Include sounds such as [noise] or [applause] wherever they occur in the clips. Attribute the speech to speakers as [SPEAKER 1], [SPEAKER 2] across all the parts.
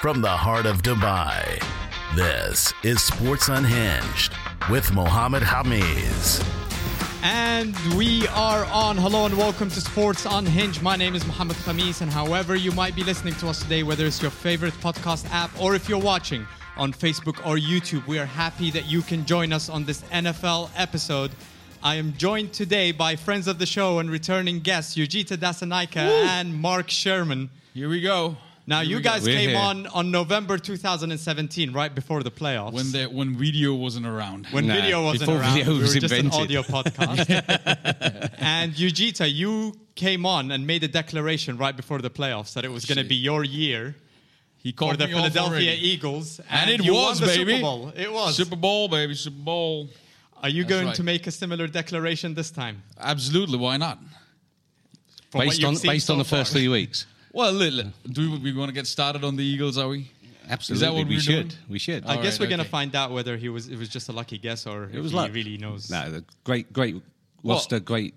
[SPEAKER 1] From the heart of Dubai, this is Sports Unhinged with Mohammed Hamiz.
[SPEAKER 2] And we are on. Hello and welcome to Sports Unhinged. My name is Mohammed Khamis, and however you might be listening to us today, whether it's your favorite podcast app or if you're watching on Facebook or YouTube, we are happy that you can join us on this NFL episode. I am joined today by friends of the show and returning guests Yujita Dasanaika and Mark Sherman.
[SPEAKER 3] Here we go.
[SPEAKER 2] Now,
[SPEAKER 3] Here
[SPEAKER 2] you
[SPEAKER 3] we go.
[SPEAKER 2] guys
[SPEAKER 3] We're
[SPEAKER 2] came
[SPEAKER 3] here.
[SPEAKER 2] on on November 2017, right before the playoffs.
[SPEAKER 3] when the when video wasn't around.
[SPEAKER 2] when
[SPEAKER 4] Nah,
[SPEAKER 2] video wasn't
[SPEAKER 4] before
[SPEAKER 2] around,
[SPEAKER 4] video
[SPEAKER 2] we were
[SPEAKER 4] was
[SPEAKER 2] just
[SPEAKER 4] invented.
[SPEAKER 2] an audio podcast.
[SPEAKER 3] [laughs]
[SPEAKER 2] and Yujita, you came on and made a declaration right before the playoffs that it was going to
[SPEAKER 3] Shit.
[SPEAKER 2] be your year
[SPEAKER 3] he
[SPEAKER 2] for
[SPEAKER 3] called
[SPEAKER 2] the
[SPEAKER 3] me off
[SPEAKER 2] Philadelphia
[SPEAKER 3] already.
[SPEAKER 2] Eagles,
[SPEAKER 3] and, it
[SPEAKER 2] you
[SPEAKER 3] was
[SPEAKER 2] won the
[SPEAKER 3] baby.
[SPEAKER 2] Super Bowl. It was.
[SPEAKER 3] Super Bowl, baby. Super Bowl.
[SPEAKER 2] Are you going
[SPEAKER 3] right.
[SPEAKER 2] to make a similar declaration this time?
[SPEAKER 3] Absolutely. Why not?
[SPEAKER 2] From what
[SPEAKER 4] based
[SPEAKER 2] you've
[SPEAKER 4] on
[SPEAKER 2] seen
[SPEAKER 4] based on
[SPEAKER 2] so
[SPEAKER 4] the first
[SPEAKER 2] far? [laughs]
[SPEAKER 4] three weeks.
[SPEAKER 3] Well, li- li- do we, we want to get started on the Eagles? Are we?
[SPEAKER 4] Absolutely,
[SPEAKER 3] what
[SPEAKER 4] we
[SPEAKER 3] we're
[SPEAKER 4] should.
[SPEAKER 3] doing?
[SPEAKER 4] We should. Oh,
[SPEAKER 2] I
[SPEAKER 3] All
[SPEAKER 2] guess
[SPEAKER 3] right,
[SPEAKER 2] we're going to
[SPEAKER 3] okay.
[SPEAKER 2] find out whether he was it was just a lucky guess or it was he
[SPEAKER 4] luck.
[SPEAKER 2] really knows.
[SPEAKER 4] no, the great, great roster, great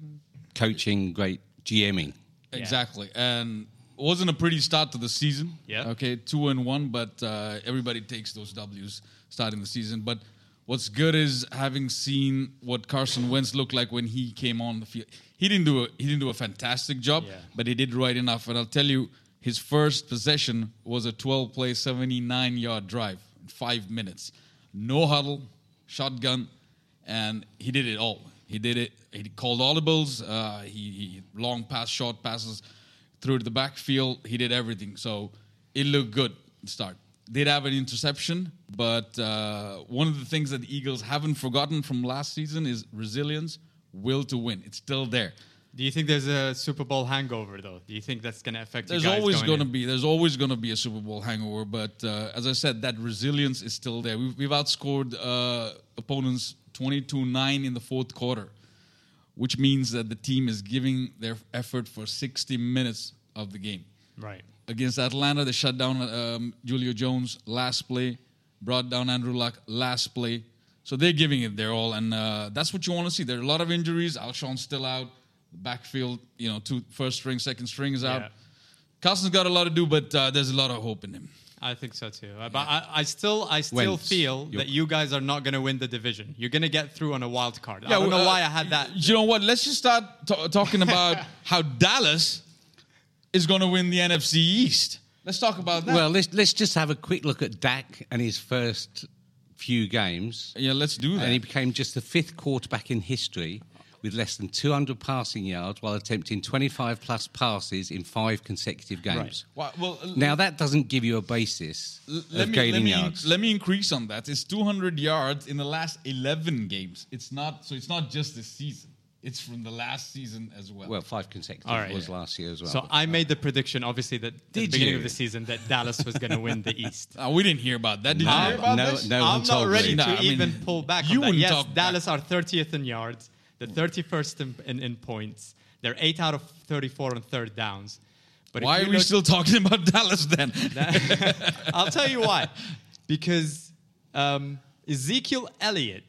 [SPEAKER 4] coaching, great GMing.
[SPEAKER 3] Exactly. And wasn't a pretty start to the season.
[SPEAKER 2] Yeah.
[SPEAKER 3] Okay, two and one, but uh, everybody takes those W's starting the season. But what's good is having seen what Carson Wentz looked like when he came on the field. He didn't do a he didn't do a fantastic job,
[SPEAKER 2] Yeah.
[SPEAKER 3] but he did right enough. And I'll tell you, his first possession was a 12 play, 79 yard drive in five minutes. No huddle, shotgun, and he did it all. He did it. He called audibles. Uh, he, he long pass, short passes, through the backfield. He did everything. So it looked good to start. Did have an interception, but uh, one of the things that the Eagles haven't forgotten from last season is resilience, will to win. It's still there.
[SPEAKER 2] Do you think there's a Super Bowl hangover though? Do you think that's going to affect?
[SPEAKER 3] There's
[SPEAKER 2] you guys
[SPEAKER 3] always
[SPEAKER 2] going
[SPEAKER 3] going
[SPEAKER 2] to
[SPEAKER 3] to be there's always going to be a Super Bowl hangover, but uh, as I said, that resilience is still there. We've, we've outscored uh, opponents 22-9 in the fourth quarter, which means that the team is giving their effort for 60 minutes of the game.
[SPEAKER 2] right.
[SPEAKER 3] Against Atlanta, they shut down um, Julio Jones last play, brought down Andrew Luck last play. So they're giving it their all, and uh, that's what you want to see. There are a lot of injuries. Alshon's still out. Backfield, you know, two first string, second string is out.
[SPEAKER 2] Yeah.
[SPEAKER 3] Carson's got a lot to do, but uh, there's a lot of hope in him.
[SPEAKER 2] I think so too. Uh, But I, I still, I still
[SPEAKER 4] Wentz.
[SPEAKER 2] feel
[SPEAKER 4] You're-
[SPEAKER 2] that you guys are not going to win the division. You're going to get through on a wild card. I don't know
[SPEAKER 3] uh,
[SPEAKER 2] why I had that.
[SPEAKER 3] You know what? Let's just start ta-
[SPEAKER 2] [laughs]
[SPEAKER 3] talking about how Dallas is going to win the NFC East. Let's talk about that.
[SPEAKER 4] Well, let's let's just have a quick look at Dak and his first few games,
[SPEAKER 3] yeah, let's do that.
[SPEAKER 4] and he became just the fifth quarterback in history with less than 200 passing yards while attempting 25 plus passes in five consecutive games.
[SPEAKER 3] Why- well, uh,
[SPEAKER 4] Now that doesn't give you a basis
[SPEAKER 3] L-
[SPEAKER 4] of gaining
[SPEAKER 3] me,
[SPEAKER 4] yards.
[SPEAKER 3] Let me increase on that. It's 200 yards in the last 11 games. It's not so. It's not just this season. It's from the last season as well.
[SPEAKER 4] well, five consecutive
[SPEAKER 2] All right,
[SPEAKER 4] was
[SPEAKER 2] yeah.
[SPEAKER 4] last year as well.
[SPEAKER 2] So I made the prediction, obviously, that at the
[SPEAKER 4] Did
[SPEAKER 2] beginning of
[SPEAKER 4] you?
[SPEAKER 2] the season that Dallas was going to win the East.
[SPEAKER 3] Uh, we didn't hear about that. Did you
[SPEAKER 4] No,
[SPEAKER 3] hear about
[SPEAKER 4] no,
[SPEAKER 3] this?
[SPEAKER 4] no one
[SPEAKER 2] I'm not
[SPEAKER 4] told
[SPEAKER 2] ready
[SPEAKER 3] [laughs]
[SPEAKER 4] me.
[SPEAKER 3] No,
[SPEAKER 2] to
[SPEAKER 3] I mean,
[SPEAKER 2] even pull back.
[SPEAKER 3] you
[SPEAKER 2] on that.
[SPEAKER 3] wouldn't
[SPEAKER 2] Yes,
[SPEAKER 3] talk back.
[SPEAKER 2] Dallas are 30th in yards, the 31st in, in, in points. They're eight out of 34 on third downs. But if
[SPEAKER 3] Why
[SPEAKER 2] you
[SPEAKER 3] are we
[SPEAKER 2] look-
[SPEAKER 3] still talking about [laughs] Dallas then?
[SPEAKER 2] [laughs] I'll tell you why. Because um, Ezekiel Elliott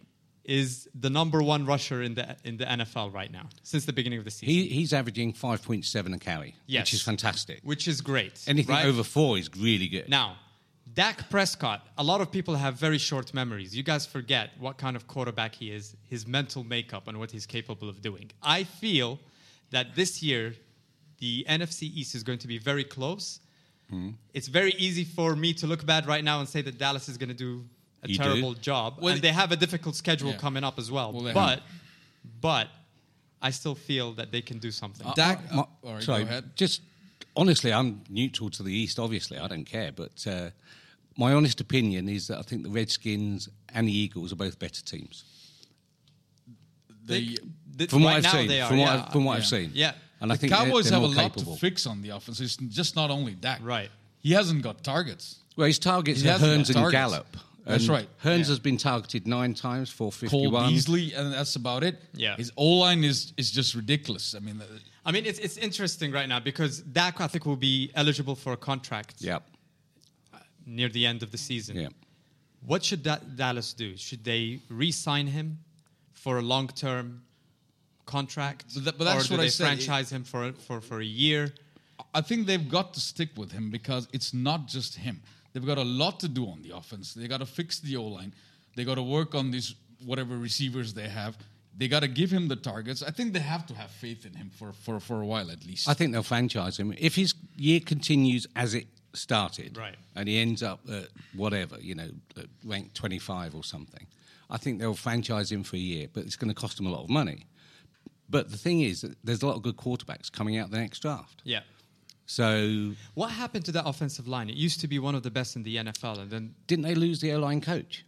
[SPEAKER 2] is the number one rusher in the in the NFL right now since the beginning of the season,
[SPEAKER 4] He, he's averaging 5.7 a carry,
[SPEAKER 2] Yes.
[SPEAKER 4] which is fantastic.
[SPEAKER 2] which is great.
[SPEAKER 4] Anything
[SPEAKER 2] right?
[SPEAKER 4] over four is really good.
[SPEAKER 2] now, Dak Prescott. A lot of people have very short memories. You guys forget what kind of quarterback he is, his mental makeup, and what he's capable of doing. I feel that this year, the NFC East is going to be very close. It's very easy for me to look bad right now and say that Dallas is going to do a
[SPEAKER 4] You do.
[SPEAKER 2] terrible job,
[SPEAKER 3] Well,
[SPEAKER 2] and they have a difficult schedule
[SPEAKER 3] Yeah.
[SPEAKER 2] coming up as well.
[SPEAKER 3] Well, they
[SPEAKER 2] but, but I still feel that they can do
[SPEAKER 4] Uh,
[SPEAKER 2] something.
[SPEAKER 3] Dak,
[SPEAKER 4] My-
[SPEAKER 3] all right,
[SPEAKER 4] sorry,
[SPEAKER 3] uh, go ahead.
[SPEAKER 4] just honestly, I'm neutral to the East. Obviously, I don't care, but uh, my honest opinion is that I think the Redskins and the Eagles are both better teams
[SPEAKER 3] The,
[SPEAKER 2] Th-
[SPEAKER 4] from what
[SPEAKER 2] right
[SPEAKER 4] I've
[SPEAKER 2] now
[SPEAKER 4] seen.
[SPEAKER 2] they are,
[SPEAKER 4] from, what
[SPEAKER 2] yeah.
[SPEAKER 4] I've, from what I've
[SPEAKER 3] Yeah.
[SPEAKER 4] seen,
[SPEAKER 2] Yeah.
[SPEAKER 4] And I
[SPEAKER 3] the
[SPEAKER 4] think they're-
[SPEAKER 3] Cowboys
[SPEAKER 4] they're
[SPEAKER 3] have a
[SPEAKER 4] more
[SPEAKER 3] lot
[SPEAKER 4] capable.
[SPEAKER 3] to fix on the offense. It's just not only Dak.
[SPEAKER 2] Right.
[SPEAKER 3] He hasn't got targets.
[SPEAKER 4] Well, his targets
[SPEAKER 3] He
[SPEAKER 4] are
[SPEAKER 3] has got
[SPEAKER 4] Hearns and
[SPEAKER 3] targets.
[SPEAKER 4] Gallup.
[SPEAKER 3] That's
[SPEAKER 4] And
[SPEAKER 3] right.
[SPEAKER 4] Hearns
[SPEAKER 3] Yeah.
[SPEAKER 4] has been targeted nine times, four
[SPEAKER 3] Cole
[SPEAKER 4] fifty-one.
[SPEAKER 3] Beasley, and that's about it.
[SPEAKER 2] Yeah.
[SPEAKER 3] His O line is is just ridiculous. I mean, uh,
[SPEAKER 2] I mean, it's, it's interesting right now because Dak, I think, will be eligible for a contract
[SPEAKER 4] Yeah,
[SPEAKER 2] near the end of the season.
[SPEAKER 4] yeah.
[SPEAKER 2] What should da- Dallas do? Should they re sign him for a long term contract?
[SPEAKER 3] But that- but that's
[SPEAKER 2] or do
[SPEAKER 3] what I
[SPEAKER 2] they
[SPEAKER 3] said.
[SPEAKER 2] franchise him for, for, for a year?
[SPEAKER 3] I think they've got to stick with him because it's not just him. They've got a lot to do on the offense. They got to fix the O line. They got to work on these whatever receivers they have. They got to give him the targets. I think they have to have faith in him for for, for a while at least.
[SPEAKER 4] I think they'll franchise him if his year continues as it started,
[SPEAKER 2] Right.
[SPEAKER 4] And he ends up at whatever, you know, at rank twenty-five or something. I think they'll franchise him for a year, but it's going to cost them a lot of money. But the thing is, that there's a lot of good quarterbacks coming out the next draft.
[SPEAKER 2] Yeah.
[SPEAKER 4] So
[SPEAKER 2] What happened to that offensive line? It used to be one of the best in the NFL, and then
[SPEAKER 4] didn't they lose the O-line coach?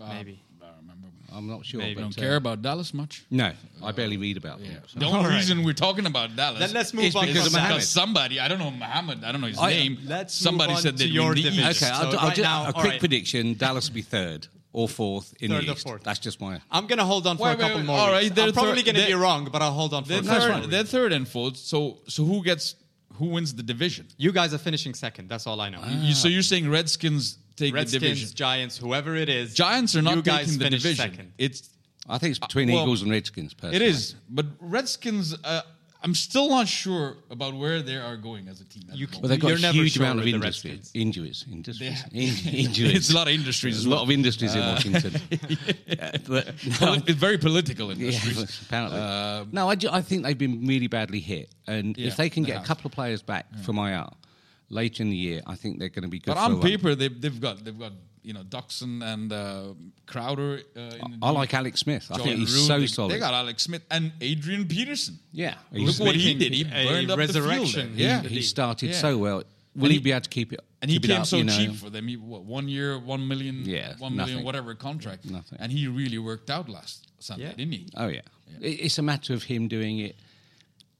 [SPEAKER 3] Uh,
[SPEAKER 2] Maybe.
[SPEAKER 3] I don't remember.
[SPEAKER 4] I'm not sure.
[SPEAKER 2] Maybe.
[SPEAKER 4] but,
[SPEAKER 3] I don't
[SPEAKER 4] uh,
[SPEAKER 3] care about
[SPEAKER 2] [laughs]
[SPEAKER 3] Dallas much.
[SPEAKER 4] No, I barely read about them. so.
[SPEAKER 3] The
[SPEAKER 2] All
[SPEAKER 3] only
[SPEAKER 2] right.
[SPEAKER 3] reason we're talking about Dallas
[SPEAKER 2] Then let's move
[SPEAKER 3] is
[SPEAKER 2] on
[SPEAKER 3] because,
[SPEAKER 2] to Mohammed.
[SPEAKER 3] because somebody, I don't know Muhammad, I don't know his
[SPEAKER 4] I-
[SPEAKER 3] name.
[SPEAKER 2] let's move
[SPEAKER 3] somebody
[SPEAKER 2] on
[SPEAKER 3] said
[SPEAKER 2] to
[SPEAKER 3] that
[SPEAKER 2] your
[SPEAKER 3] the
[SPEAKER 2] division.
[SPEAKER 3] East.
[SPEAKER 4] Okay, I'll,
[SPEAKER 2] So
[SPEAKER 4] do- I'll
[SPEAKER 2] right
[SPEAKER 4] do
[SPEAKER 2] now-
[SPEAKER 4] a
[SPEAKER 2] all
[SPEAKER 4] quick
[SPEAKER 2] right.
[SPEAKER 4] prediction: Dallas will be third or fourth in
[SPEAKER 2] Third
[SPEAKER 4] the
[SPEAKER 2] or
[SPEAKER 4] East.
[SPEAKER 2] fourth.
[SPEAKER 4] That's just my.
[SPEAKER 2] I'm gonna hold on for
[SPEAKER 3] Wait,
[SPEAKER 2] a
[SPEAKER 3] wait,
[SPEAKER 2] couple
[SPEAKER 3] wait.
[SPEAKER 2] more.
[SPEAKER 3] All
[SPEAKER 2] weeks.
[SPEAKER 3] right, they're
[SPEAKER 2] I'm probably
[SPEAKER 3] third-
[SPEAKER 2] gonna be
[SPEAKER 3] they're-
[SPEAKER 2] wrong, but I'll hold on for
[SPEAKER 3] They're
[SPEAKER 2] a couple more
[SPEAKER 3] third,
[SPEAKER 2] weeks.
[SPEAKER 3] they're third and fourth. So, so who gets who wins the division?
[SPEAKER 2] You guys are finishing second. That's all I know.
[SPEAKER 3] You, so you're saying Redskins take the division?
[SPEAKER 2] Redskins, Giants, whoever it is.
[SPEAKER 3] Giants are not
[SPEAKER 2] you guys
[SPEAKER 3] taking the
[SPEAKER 2] finish
[SPEAKER 3] division.
[SPEAKER 2] second.
[SPEAKER 3] It's
[SPEAKER 4] I think it's
[SPEAKER 2] Uh,
[SPEAKER 4] between
[SPEAKER 3] well,
[SPEAKER 4] Eagles and Redskins. Personally.
[SPEAKER 3] it is, but Redskins. Uh, I'm still not sure about where they are going as a team. at
[SPEAKER 2] You
[SPEAKER 3] the
[SPEAKER 2] c-
[SPEAKER 4] But
[SPEAKER 3] moment.
[SPEAKER 4] they've got
[SPEAKER 2] You're
[SPEAKER 4] a
[SPEAKER 2] never
[SPEAKER 4] huge
[SPEAKER 2] sure
[SPEAKER 4] amount of
[SPEAKER 2] with the
[SPEAKER 4] industry,
[SPEAKER 2] Redskins.
[SPEAKER 4] injuries. [laughs] Industries.
[SPEAKER 3] They-
[SPEAKER 4] In- injuries.
[SPEAKER 3] It's a lot of industries as
[SPEAKER 4] There's a lot
[SPEAKER 3] well.
[SPEAKER 4] of industries in
[SPEAKER 3] [laughs]
[SPEAKER 4] Washington. Uh, but, no,
[SPEAKER 3] Poli- it's very political
[SPEAKER 4] [laughs] yeah,
[SPEAKER 3] industries. Um,
[SPEAKER 4] apparently. no, I, ju- I think they've been really badly hit. And
[SPEAKER 3] Yeah,
[SPEAKER 4] if they can
[SPEAKER 3] they
[SPEAKER 4] get
[SPEAKER 3] have.
[SPEAKER 4] a couple of players back from IR later in the year, I think they're going to be
[SPEAKER 3] But
[SPEAKER 4] good. for a
[SPEAKER 3] on
[SPEAKER 4] run.
[SPEAKER 3] paper, they've, they've got they've got you know Duxon and uh, Crowder. Uh, in
[SPEAKER 4] I like Alex Smith. I think he's so
[SPEAKER 3] they,
[SPEAKER 4] solid.
[SPEAKER 3] They got Alex Smith and Adrian Peterson.
[SPEAKER 4] yeah.
[SPEAKER 3] Look
[SPEAKER 4] He's-
[SPEAKER 3] what he did. He
[SPEAKER 2] making a
[SPEAKER 3] burned up the field. there.
[SPEAKER 2] resurrection.
[SPEAKER 3] Yeah,
[SPEAKER 2] the
[SPEAKER 4] he
[SPEAKER 2] league.
[SPEAKER 4] started
[SPEAKER 3] Yeah.
[SPEAKER 4] so well.
[SPEAKER 3] And
[SPEAKER 4] Will he,
[SPEAKER 3] he-
[SPEAKER 4] be able to keep it?
[SPEAKER 3] and he
[SPEAKER 4] keep it
[SPEAKER 3] came
[SPEAKER 4] up,
[SPEAKER 3] so
[SPEAKER 4] you know?
[SPEAKER 3] cheap for them. He what, one year, one million,
[SPEAKER 4] Yeah,
[SPEAKER 3] one million,
[SPEAKER 4] nothing.
[SPEAKER 3] whatever contract.
[SPEAKER 4] Nothing.
[SPEAKER 3] And he really worked out last Sunday,
[SPEAKER 2] Yeah.
[SPEAKER 3] didn't he?
[SPEAKER 4] Oh yeah. It- It's a matter of him doing it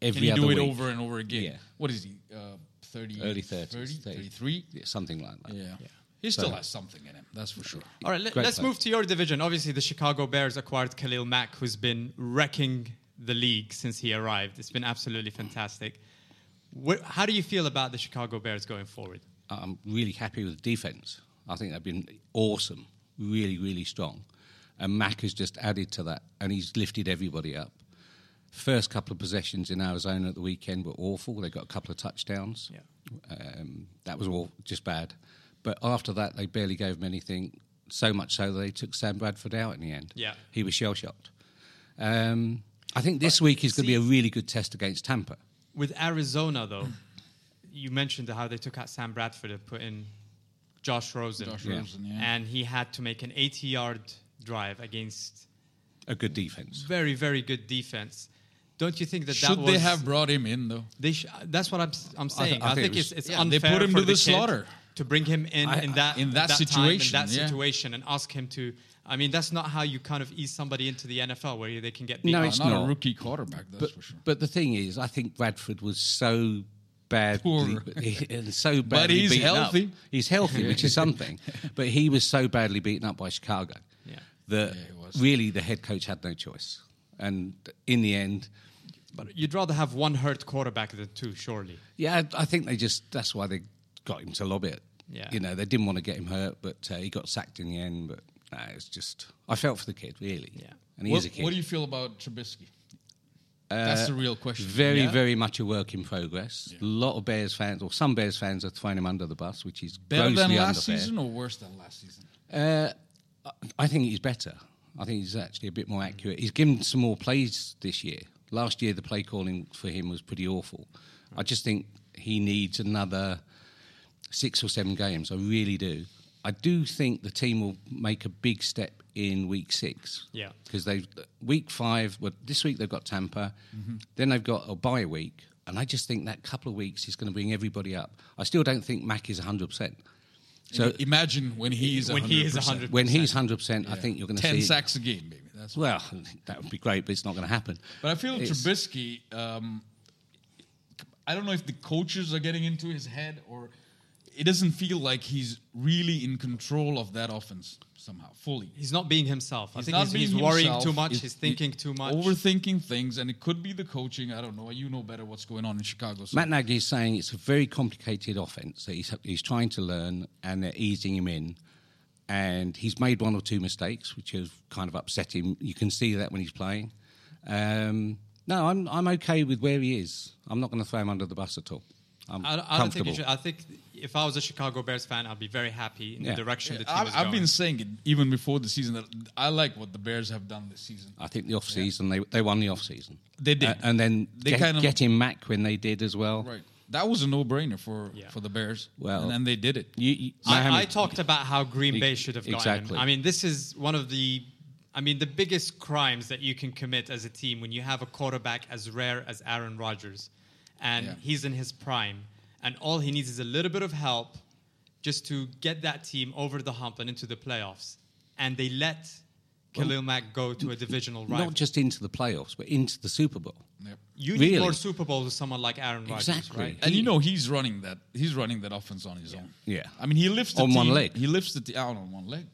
[SPEAKER 3] Can
[SPEAKER 4] every
[SPEAKER 3] he
[SPEAKER 4] other
[SPEAKER 3] do it
[SPEAKER 4] week.
[SPEAKER 3] over and over again?
[SPEAKER 4] Yeah.
[SPEAKER 3] What is he? Uh, 30,
[SPEAKER 4] Early 30s,
[SPEAKER 3] 30,
[SPEAKER 4] 30.
[SPEAKER 3] 33?
[SPEAKER 4] Yeah, something like that.
[SPEAKER 3] Yeah. He still
[SPEAKER 4] So-
[SPEAKER 3] has something in him, that's for sure.
[SPEAKER 2] All right, let,
[SPEAKER 4] Great
[SPEAKER 2] us
[SPEAKER 4] player.
[SPEAKER 2] move to your division. Obviously, the Chicago Bears acquired Khalil Mack, who's been wrecking the league since he arrived. It's been absolutely fantastic. Wh- how do you feel about the Chicago Bears going forward?
[SPEAKER 4] I'm really happy with the defense. I think they've been awesome, really, really strong. And Mack has just added to that, and he's lifted everybody up. First couple of possessions in Arizona at the weekend were awful. They got a couple of touchdowns.
[SPEAKER 2] Yeah.
[SPEAKER 4] Um, that was all just bad. But after that, they barely gave him anything. So much so that they took Sam Bradford out in the end.
[SPEAKER 2] Yeah.
[SPEAKER 4] he was shell shocked. Um, I think this week is going to be a really good test against Tampa.
[SPEAKER 2] With Arizona, though, you mentioned how they took out Sam Bradford and put in Josh Rosen.
[SPEAKER 3] Josh Yeah. Rosen, yeah.
[SPEAKER 2] And he had to make an 80 yard drive against
[SPEAKER 4] A good defense.
[SPEAKER 2] very, very good defense. Don't you think that that
[SPEAKER 3] Should
[SPEAKER 2] was
[SPEAKER 3] they have brought him in, though?
[SPEAKER 2] They sh- that's what I'm, s- I'm
[SPEAKER 4] thi-
[SPEAKER 2] saying. I,
[SPEAKER 4] I think
[SPEAKER 2] think
[SPEAKER 4] it was-
[SPEAKER 2] it's, it's
[SPEAKER 3] Yeah, they
[SPEAKER 2] unfair
[SPEAKER 3] put him
[SPEAKER 2] for
[SPEAKER 3] to the
[SPEAKER 2] kid
[SPEAKER 3] slaughter.
[SPEAKER 2] to bring him in
[SPEAKER 4] I-
[SPEAKER 2] in that
[SPEAKER 3] in that
[SPEAKER 2] time, in
[SPEAKER 3] situation,
[SPEAKER 2] that
[SPEAKER 3] yeah.
[SPEAKER 2] situation, and ask him to. I mean, that's not how you kind of ease somebody into the NFL where they can get beat.
[SPEAKER 4] No,
[SPEAKER 2] up.
[SPEAKER 4] It's
[SPEAKER 3] not, a
[SPEAKER 4] not.
[SPEAKER 3] rookie quarterback, that's
[SPEAKER 4] But,
[SPEAKER 3] for sure.
[SPEAKER 4] but the thing is, I think Bradford was so bad
[SPEAKER 3] Poor.
[SPEAKER 4] [laughs] and so badly
[SPEAKER 3] he's
[SPEAKER 4] beaten up.
[SPEAKER 3] healthy.
[SPEAKER 4] He's healthy,
[SPEAKER 3] [laughs]
[SPEAKER 4] which is something. But he was so badly beaten up by Chicago
[SPEAKER 2] Yeah.
[SPEAKER 4] that
[SPEAKER 3] he was.
[SPEAKER 4] really the head coach had no choice. And in the end,
[SPEAKER 2] But you'd rather have one hurt quarterback than two, surely.
[SPEAKER 4] yeah, I, I think they just that's why they got him to lob it.
[SPEAKER 2] Yeah.
[SPEAKER 4] you know they didn't want to get him hurt, but uh, he got sacked in the end. But uh, it's just I felt for the kid really.
[SPEAKER 2] Yeah.
[SPEAKER 4] and he
[SPEAKER 3] What,
[SPEAKER 4] is a kid.
[SPEAKER 3] what do you feel about Trubisky? that's the real question.
[SPEAKER 4] Very,
[SPEAKER 3] Yeah?
[SPEAKER 4] very much a work in progress. A lot of Bears fans, or some Bears fans, are throwing him under the bus, which is
[SPEAKER 3] Better
[SPEAKER 4] grossly
[SPEAKER 3] than last
[SPEAKER 4] unfair.
[SPEAKER 3] season or worse than last season?
[SPEAKER 4] Uh, I- I think he's better. I think he's actually a bit more accurate. He's given some more plays this year. Last year, the play calling for him was pretty awful. I just think he needs another six or seven games. I really do. I do think the team will make a big step in week six.
[SPEAKER 2] Yeah.
[SPEAKER 4] Because they week five, well, this week they've got Tampa, then they've got a bye week. And I just think that couple of weeks is going to bring everybody up. I still don't think Mac is 100%. So
[SPEAKER 3] Imagine when he is
[SPEAKER 2] When he is
[SPEAKER 3] 100%.
[SPEAKER 2] 100%.
[SPEAKER 4] when he's 100%, I think you're going to see.
[SPEAKER 3] 10 sacks a game, baby. That's
[SPEAKER 4] Well, [laughs] that would be great, but it's not going to happen.
[SPEAKER 3] But I feel
[SPEAKER 4] It's-
[SPEAKER 3] Trubisky. Um, I don't know if the coaches are getting into his head or it doesn't feel like he's really in control of that offense somehow fully.
[SPEAKER 2] He's not being himself. I think
[SPEAKER 3] not
[SPEAKER 2] he's,
[SPEAKER 3] being
[SPEAKER 2] he's worrying
[SPEAKER 3] himself.
[SPEAKER 2] too much.
[SPEAKER 3] He's-
[SPEAKER 2] He's, thinking too much.
[SPEAKER 3] Overthinking things, and it could be the coaching. I don't know. You know better what's going on in Chicago. So
[SPEAKER 4] Matt Nagy is saying it's a very complicated offense that he's, he's trying to learn, and they're easing him in. And he's made one or two mistakes, which has kind of upset him. You can see that when he's playing. Um, no, I'm, I'm okay with where he is. I'm not going to throw him under the bus at all. I'm
[SPEAKER 2] I, don't- I don't think
[SPEAKER 4] comfortable.
[SPEAKER 2] you should. I think if I was a Chicago Bears fan, I'd be very happy in
[SPEAKER 4] Yeah.
[SPEAKER 2] the direction the team
[SPEAKER 3] I've,
[SPEAKER 2] is going.
[SPEAKER 3] I've been saying it even before the season that I like what the Bears have done this season.
[SPEAKER 4] I think the off season they they won the off season. Uh,
[SPEAKER 3] They did.
[SPEAKER 4] and then
[SPEAKER 3] They
[SPEAKER 4] get,
[SPEAKER 3] kind of-
[SPEAKER 4] getting Mac when they did as well.
[SPEAKER 3] Right. That was a no-brainer for
[SPEAKER 2] Yeah.
[SPEAKER 3] for the Bears.
[SPEAKER 4] Well-
[SPEAKER 3] and then they did it.
[SPEAKER 4] You, you,
[SPEAKER 2] I, I
[SPEAKER 4] Mohamed-
[SPEAKER 2] talked about how Green
[SPEAKER 4] Ex-
[SPEAKER 2] Bay should have gotten
[SPEAKER 4] exactly.
[SPEAKER 2] him. I mean, this is one of the, I mean, the biggest crimes that you can commit as a team when you have a quarterback as rare as Aaron Rodgers, and
[SPEAKER 3] Yeah.
[SPEAKER 2] he's in his prime, and all he needs is a little bit of help, just to get that team over the hump and into the playoffs, and they let Khalil Mack go to a divisional rival.
[SPEAKER 4] not just into the playoffs, but into the Super Bowl.
[SPEAKER 3] Yep.
[SPEAKER 2] you need
[SPEAKER 4] really.
[SPEAKER 2] more Super Bowls with someone like Aaron Rodgers,
[SPEAKER 4] Exactly.
[SPEAKER 2] right?
[SPEAKER 3] And you know he's running that he's running that offense on his own.
[SPEAKER 4] Yeah.
[SPEAKER 3] I mean he lifts the
[SPEAKER 4] On one
[SPEAKER 3] team-
[SPEAKER 4] leg.
[SPEAKER 3] He lifts the team out on one leg.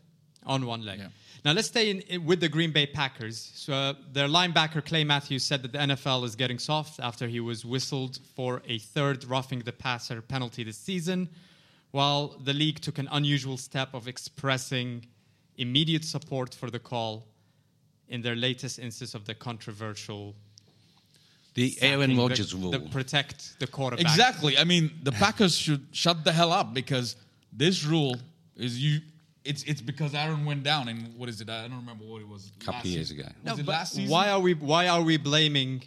[SPEAKER 2] on one leg.
[SPEAKER 3] Yeah.
[SPEAKER 2] Now let's stay in, in- with the Green Bay Packers. So uh, their linebacker Clay Matthews said that the NFL is getting soft after he was whistled for a third roughing the passer penalty this season, while the league took an unusual step of expressing immediate support for the call in their latest instance of the controversial
[SPEAKER 4] The Aaron
[SPEAKER 2] sacking, the-
[SPEAKER 4] Rodgers rule.
[SPEAKER 2] the protect the quarterback.
[SPEAKER 3] Exactly. I mean the Packers should shut the hell up because this rule is you. It's it's because Aaron went down and what is it? I don't remember what it was.
[SPEAKER 4] Couple
[SPEAKER 3] last
[SPEAKER 4] years
[SPEAKER 3] season.
[SPEAKER 4] ago.
[SPEAKER 3] Was it
[SPEAKER 2] but
[SPEAKER 3] last season?
[SPEAKER 2] Why are we why are we blaming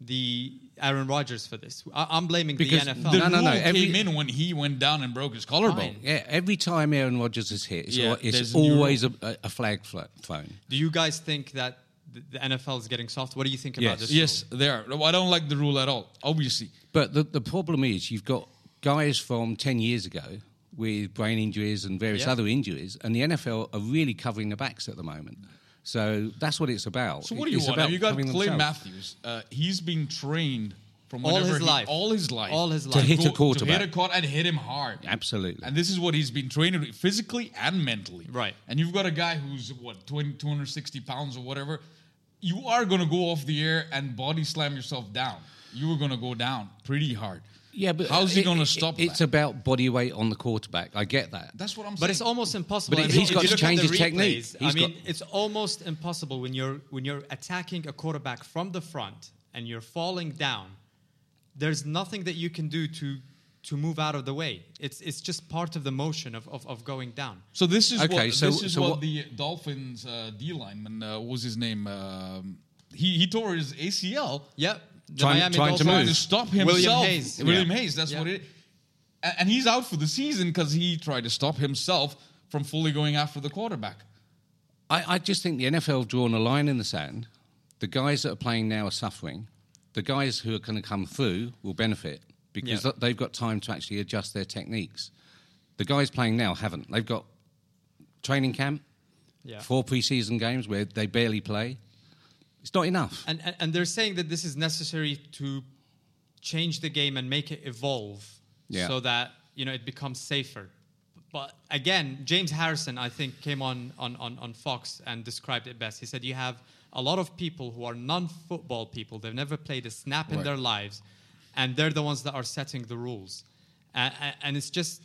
[SPEAKER 2] the Aaron Rodgers for this? I, I'm blaming
[SPEAKER 4] Because
[SPEAKER 2] the NFL.
[SPEAKER 3] The
[SPEAKER 4] No, no,
[SPEAKER 3] rule
[SPEAKER 4] no,
[SPEAKER 3] came
[SPEAKER 4] every-
[SPEAKER 3] in when he went down and broke his collarbone.
[SPEAKER 2] Fine.
[SPEAKER 4] yeah, every time Aaron Rodgers is hit, it's,
[SPEAKER 3] Yeah,
[SPEAKER 4] al-
[SPEAKER 3] there's
[SPEAKER 4] it's
[SPEAKER 3] a new
[SPEAKER 4] always a, a a flag fla- thrown.
[SPEAKER 2] Do you guys think that the the NFL is getting soft? What do you think
[SPEAKER 3] Ah,
[SPEAKER 2] about
[SPEAKER 4] Yes.
[SPEAKER 2] this?
[SPEAKER 3] Yes, they are. No, I don't like the rule at all. Obviously,
[SPEAKER 4] But the, the problem is you've got guys from 10 years ago with brain injuries and various
[SPEAKER 2] Yeah.
[SPEAKER 4] other injuries, and the NFL are really covering the backs at the moment. So that's what it's about.
[SPEAKER 3] So what do you
[SPEAKER 4] It's
[SPEAKER 3] want?
[SPEAKER 4] about
[SPEAKER 3] You got Clay
[SPEAKER 4] covering themselves.
[SPEAKER 3] Matthews. Uh, he's been trained from
[SPEAKER 2] All
[SPEAKER 3] whenever
[SPEAKER 2] his
[SPEAKER 3] he-
[SPEAKER 2] life.
[SPEAKER 3] all his life,
[SPEAKER 2] All his To
[SPEAKER 4] life. hit a
[SPEAKER 3] to hit
[SPEAKER 4] quarterback.
[SPEAKER 3] a quarter and hit him hard.
[SPEAKER 4] Absolutely.
[SPEAKER 3] And this is what he's been trained to do, physically and mentally.
[SPEAKER 2] Right.
[SPEAKER 3] And you've got a guy who's what 20, 260 pounds or whatever. You are going to go off the air and body slam yourself down. You were going to go down pretty hard.
[SPEAKER 4] yeah, but uh,
[SPEAKER 3] how's he
[SPEAKER 4] it-
[SPEAKER 3] going to
[SPEAKER 4] it-
[SPEAKER 3] stop
[SPEAKER 4] It's
[SPEAKER 3] that?
[SPEAKER 4] about body weight on the quarterback. I get that.
[SPEAKER 3] That's what I'm saying.
[SPEAKER 2] But it's almost impossible.
[SPEAKER 4] But
[SPEAKER 2] I
[SPEAKER 4] he-
[SPEAKER 2] mean,
[SPEAKER 4] he's
[SPEAKER 2] if
[SPEAKER 4] got
[SPEAKER 2] you
[SPEAKER 4] to
[SPEAKER 2] look at
[SPEAKER 4] change
[SPEAKER 2] the
[SPEAKER 4] his technique.
[SPEAKER 2] replays, I
[SPEAKER 4] He's
[SPEAKER 2] mean,
[SPEAKER 4] got-
[SPEAKER 2] it's almost impossible when you're when you're attacking a quarterback from the front and you're falling down. There's nothing that you can do to to move out of the way. It's it's just part of the motion of of, of going down.
[SPEAKER 3] So this is
[SPEAKER 4] Okay,
[SPEAKER 3] what
[SPEAKER 4] so-
[SPEAKER 3] this is
[SPEAKER 4] so
[SPEAKER 3] what,
[SPEAKER 4] what-
[SPEAKER 3] the Dolphins uh, D lineman uh, what was his name. Um, he he tore his ACL.
[SPEAKER 2] Yep. The
[SPEAKER 4] Trying-
[SPEAKER 2] Miami
[SPEAKER 4] trying
[SPEAKER 2] Dolphins-
[SPEAKER 4] to
[SPEAKER 3] trying
[SPEAKER 4] move.
[SPEAKER 3] to stop himself.
[SPEAKER 2] William Hayes.
[SPEAKER 3] William
[SPEAKER 4] Yeah.
[SPEAKER 3] Hayes. That's
[SPEAKER 2] Yeah.
[SPEAKER 3] what it. And, and he's out for the season because he tried to stop himself from fully going after the quarterback.
[SPEAKER 4] I, I just think the NFL have drawn a line in the sand. The guys that are playing now are suffering. The guys who are going to come through will benefit because
[SPEAKER 2] Yeah.
[SPEAKER 4] th- they've got time to actually adjust their techniques. The guys playing now haven't. They've got training camp,
[SPEAKER 2] Yeah.
[SPEAKER 4] four preseason games where they barely play. It's not enough.
[SPEAKER 2] and, and and they're saying that this is necessary to change the game and make it evolve
[SPEAKER 4] Yeah.
[SPEAKER 2] so that you know it becomes safer but again james harrison i think came on on on, on fox and described it best he said you have a lot of people who are non-football people they've never played a snap in
[SPEAKER 3] Right.
[SPEAKER 2] their lives and they're the ones that are setting the rules and, and it's just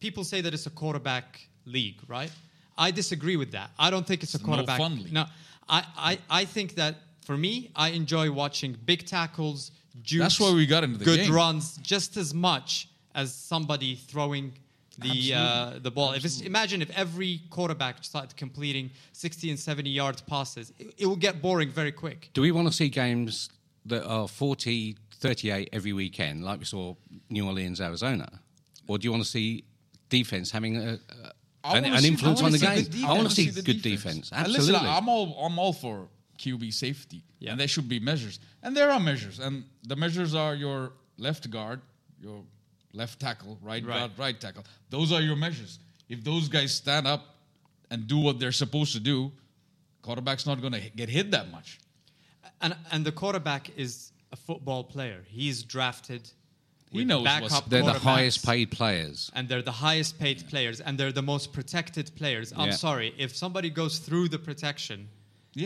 [SPEAKER 2] people say that it's a quarterback league, right? I disagree with that. I don't think it's, a
[SPEAKER 3] no
[SPEAKER 2] quarterback.
[SPEAKER 3] fun league.
[SPEAKER 2] No, I, I, I think that for me, I enjoy watching big tackles, jukes,
[SPEAKER 3] That's why we got into the
[SPEAKER 2] good
[SPEAKER 3] game.
[SPEAKER 2] runs just as much as somebody throwing the uh, the ball. If it's, imagine if every quarterback started completing 60 and 70 yard passes, it, it will get boring very quick.
[SPEAKER 4] Do we want to see games that are 40, 38 every weekend, like we saw New Orleans, Arizona? Or do you want to see defense having a, a,
[SPEAKER 3] I
[SPEAKER 4] an,
[SPEAKER 3] wanna
[SPEAKER 4] an
[SPEAKER 3] see-
[SPEAKER 4] influence
[SPEAKER 3] I
[SPEAKER 4] on
[SPEAKER 3] wanna
[SPEAKER 4] the
[SPEAKER 3] see
[SPEAKER 4] game?
[SPEAKER 3] the defense.
[SPEAKER 4] I want to see,
[SPEAKER 3] I wanna see the
[SPEAKER 4] good
[SPEAKER 3] defense.
[SPEAKER 4] defense.
[SPEAKER 3] And
[SPEAKER 4] Absolutely.
[SPEAKER 3] Listen, I'm all I'm all for QB safety,
[SPEAKER 2] Yeah.
[SPEAKER 3] and there should be measures, and there are measures, and the measures are your left guard, your left tackle, right,
[SPEAKER 2] Right.
[SPEAKER 3] guard, right tackle. Those are your measures. If those guys stand up and do what they're supposed to do, quarterback's not going to get hit that much.
[SPEAKER 2] And and the quarterback is a football player. He's drafted.
[SPEAKER 3] He
[SPEAKER 2] with
[SPEAKER 3] knows what's-
[SPEAKER 2] backup
[SPEAKER 4] They're the
[SPEAKER 2] quarterbacks.
[SPEAKER 4] highest paid players.
[SPEAKER 2] and they're the highest paid players and they're the most protected players. I'm
[SPEAKER 4] Yeah.
[SPEAKER 2] sorry, if somebody goes through the protection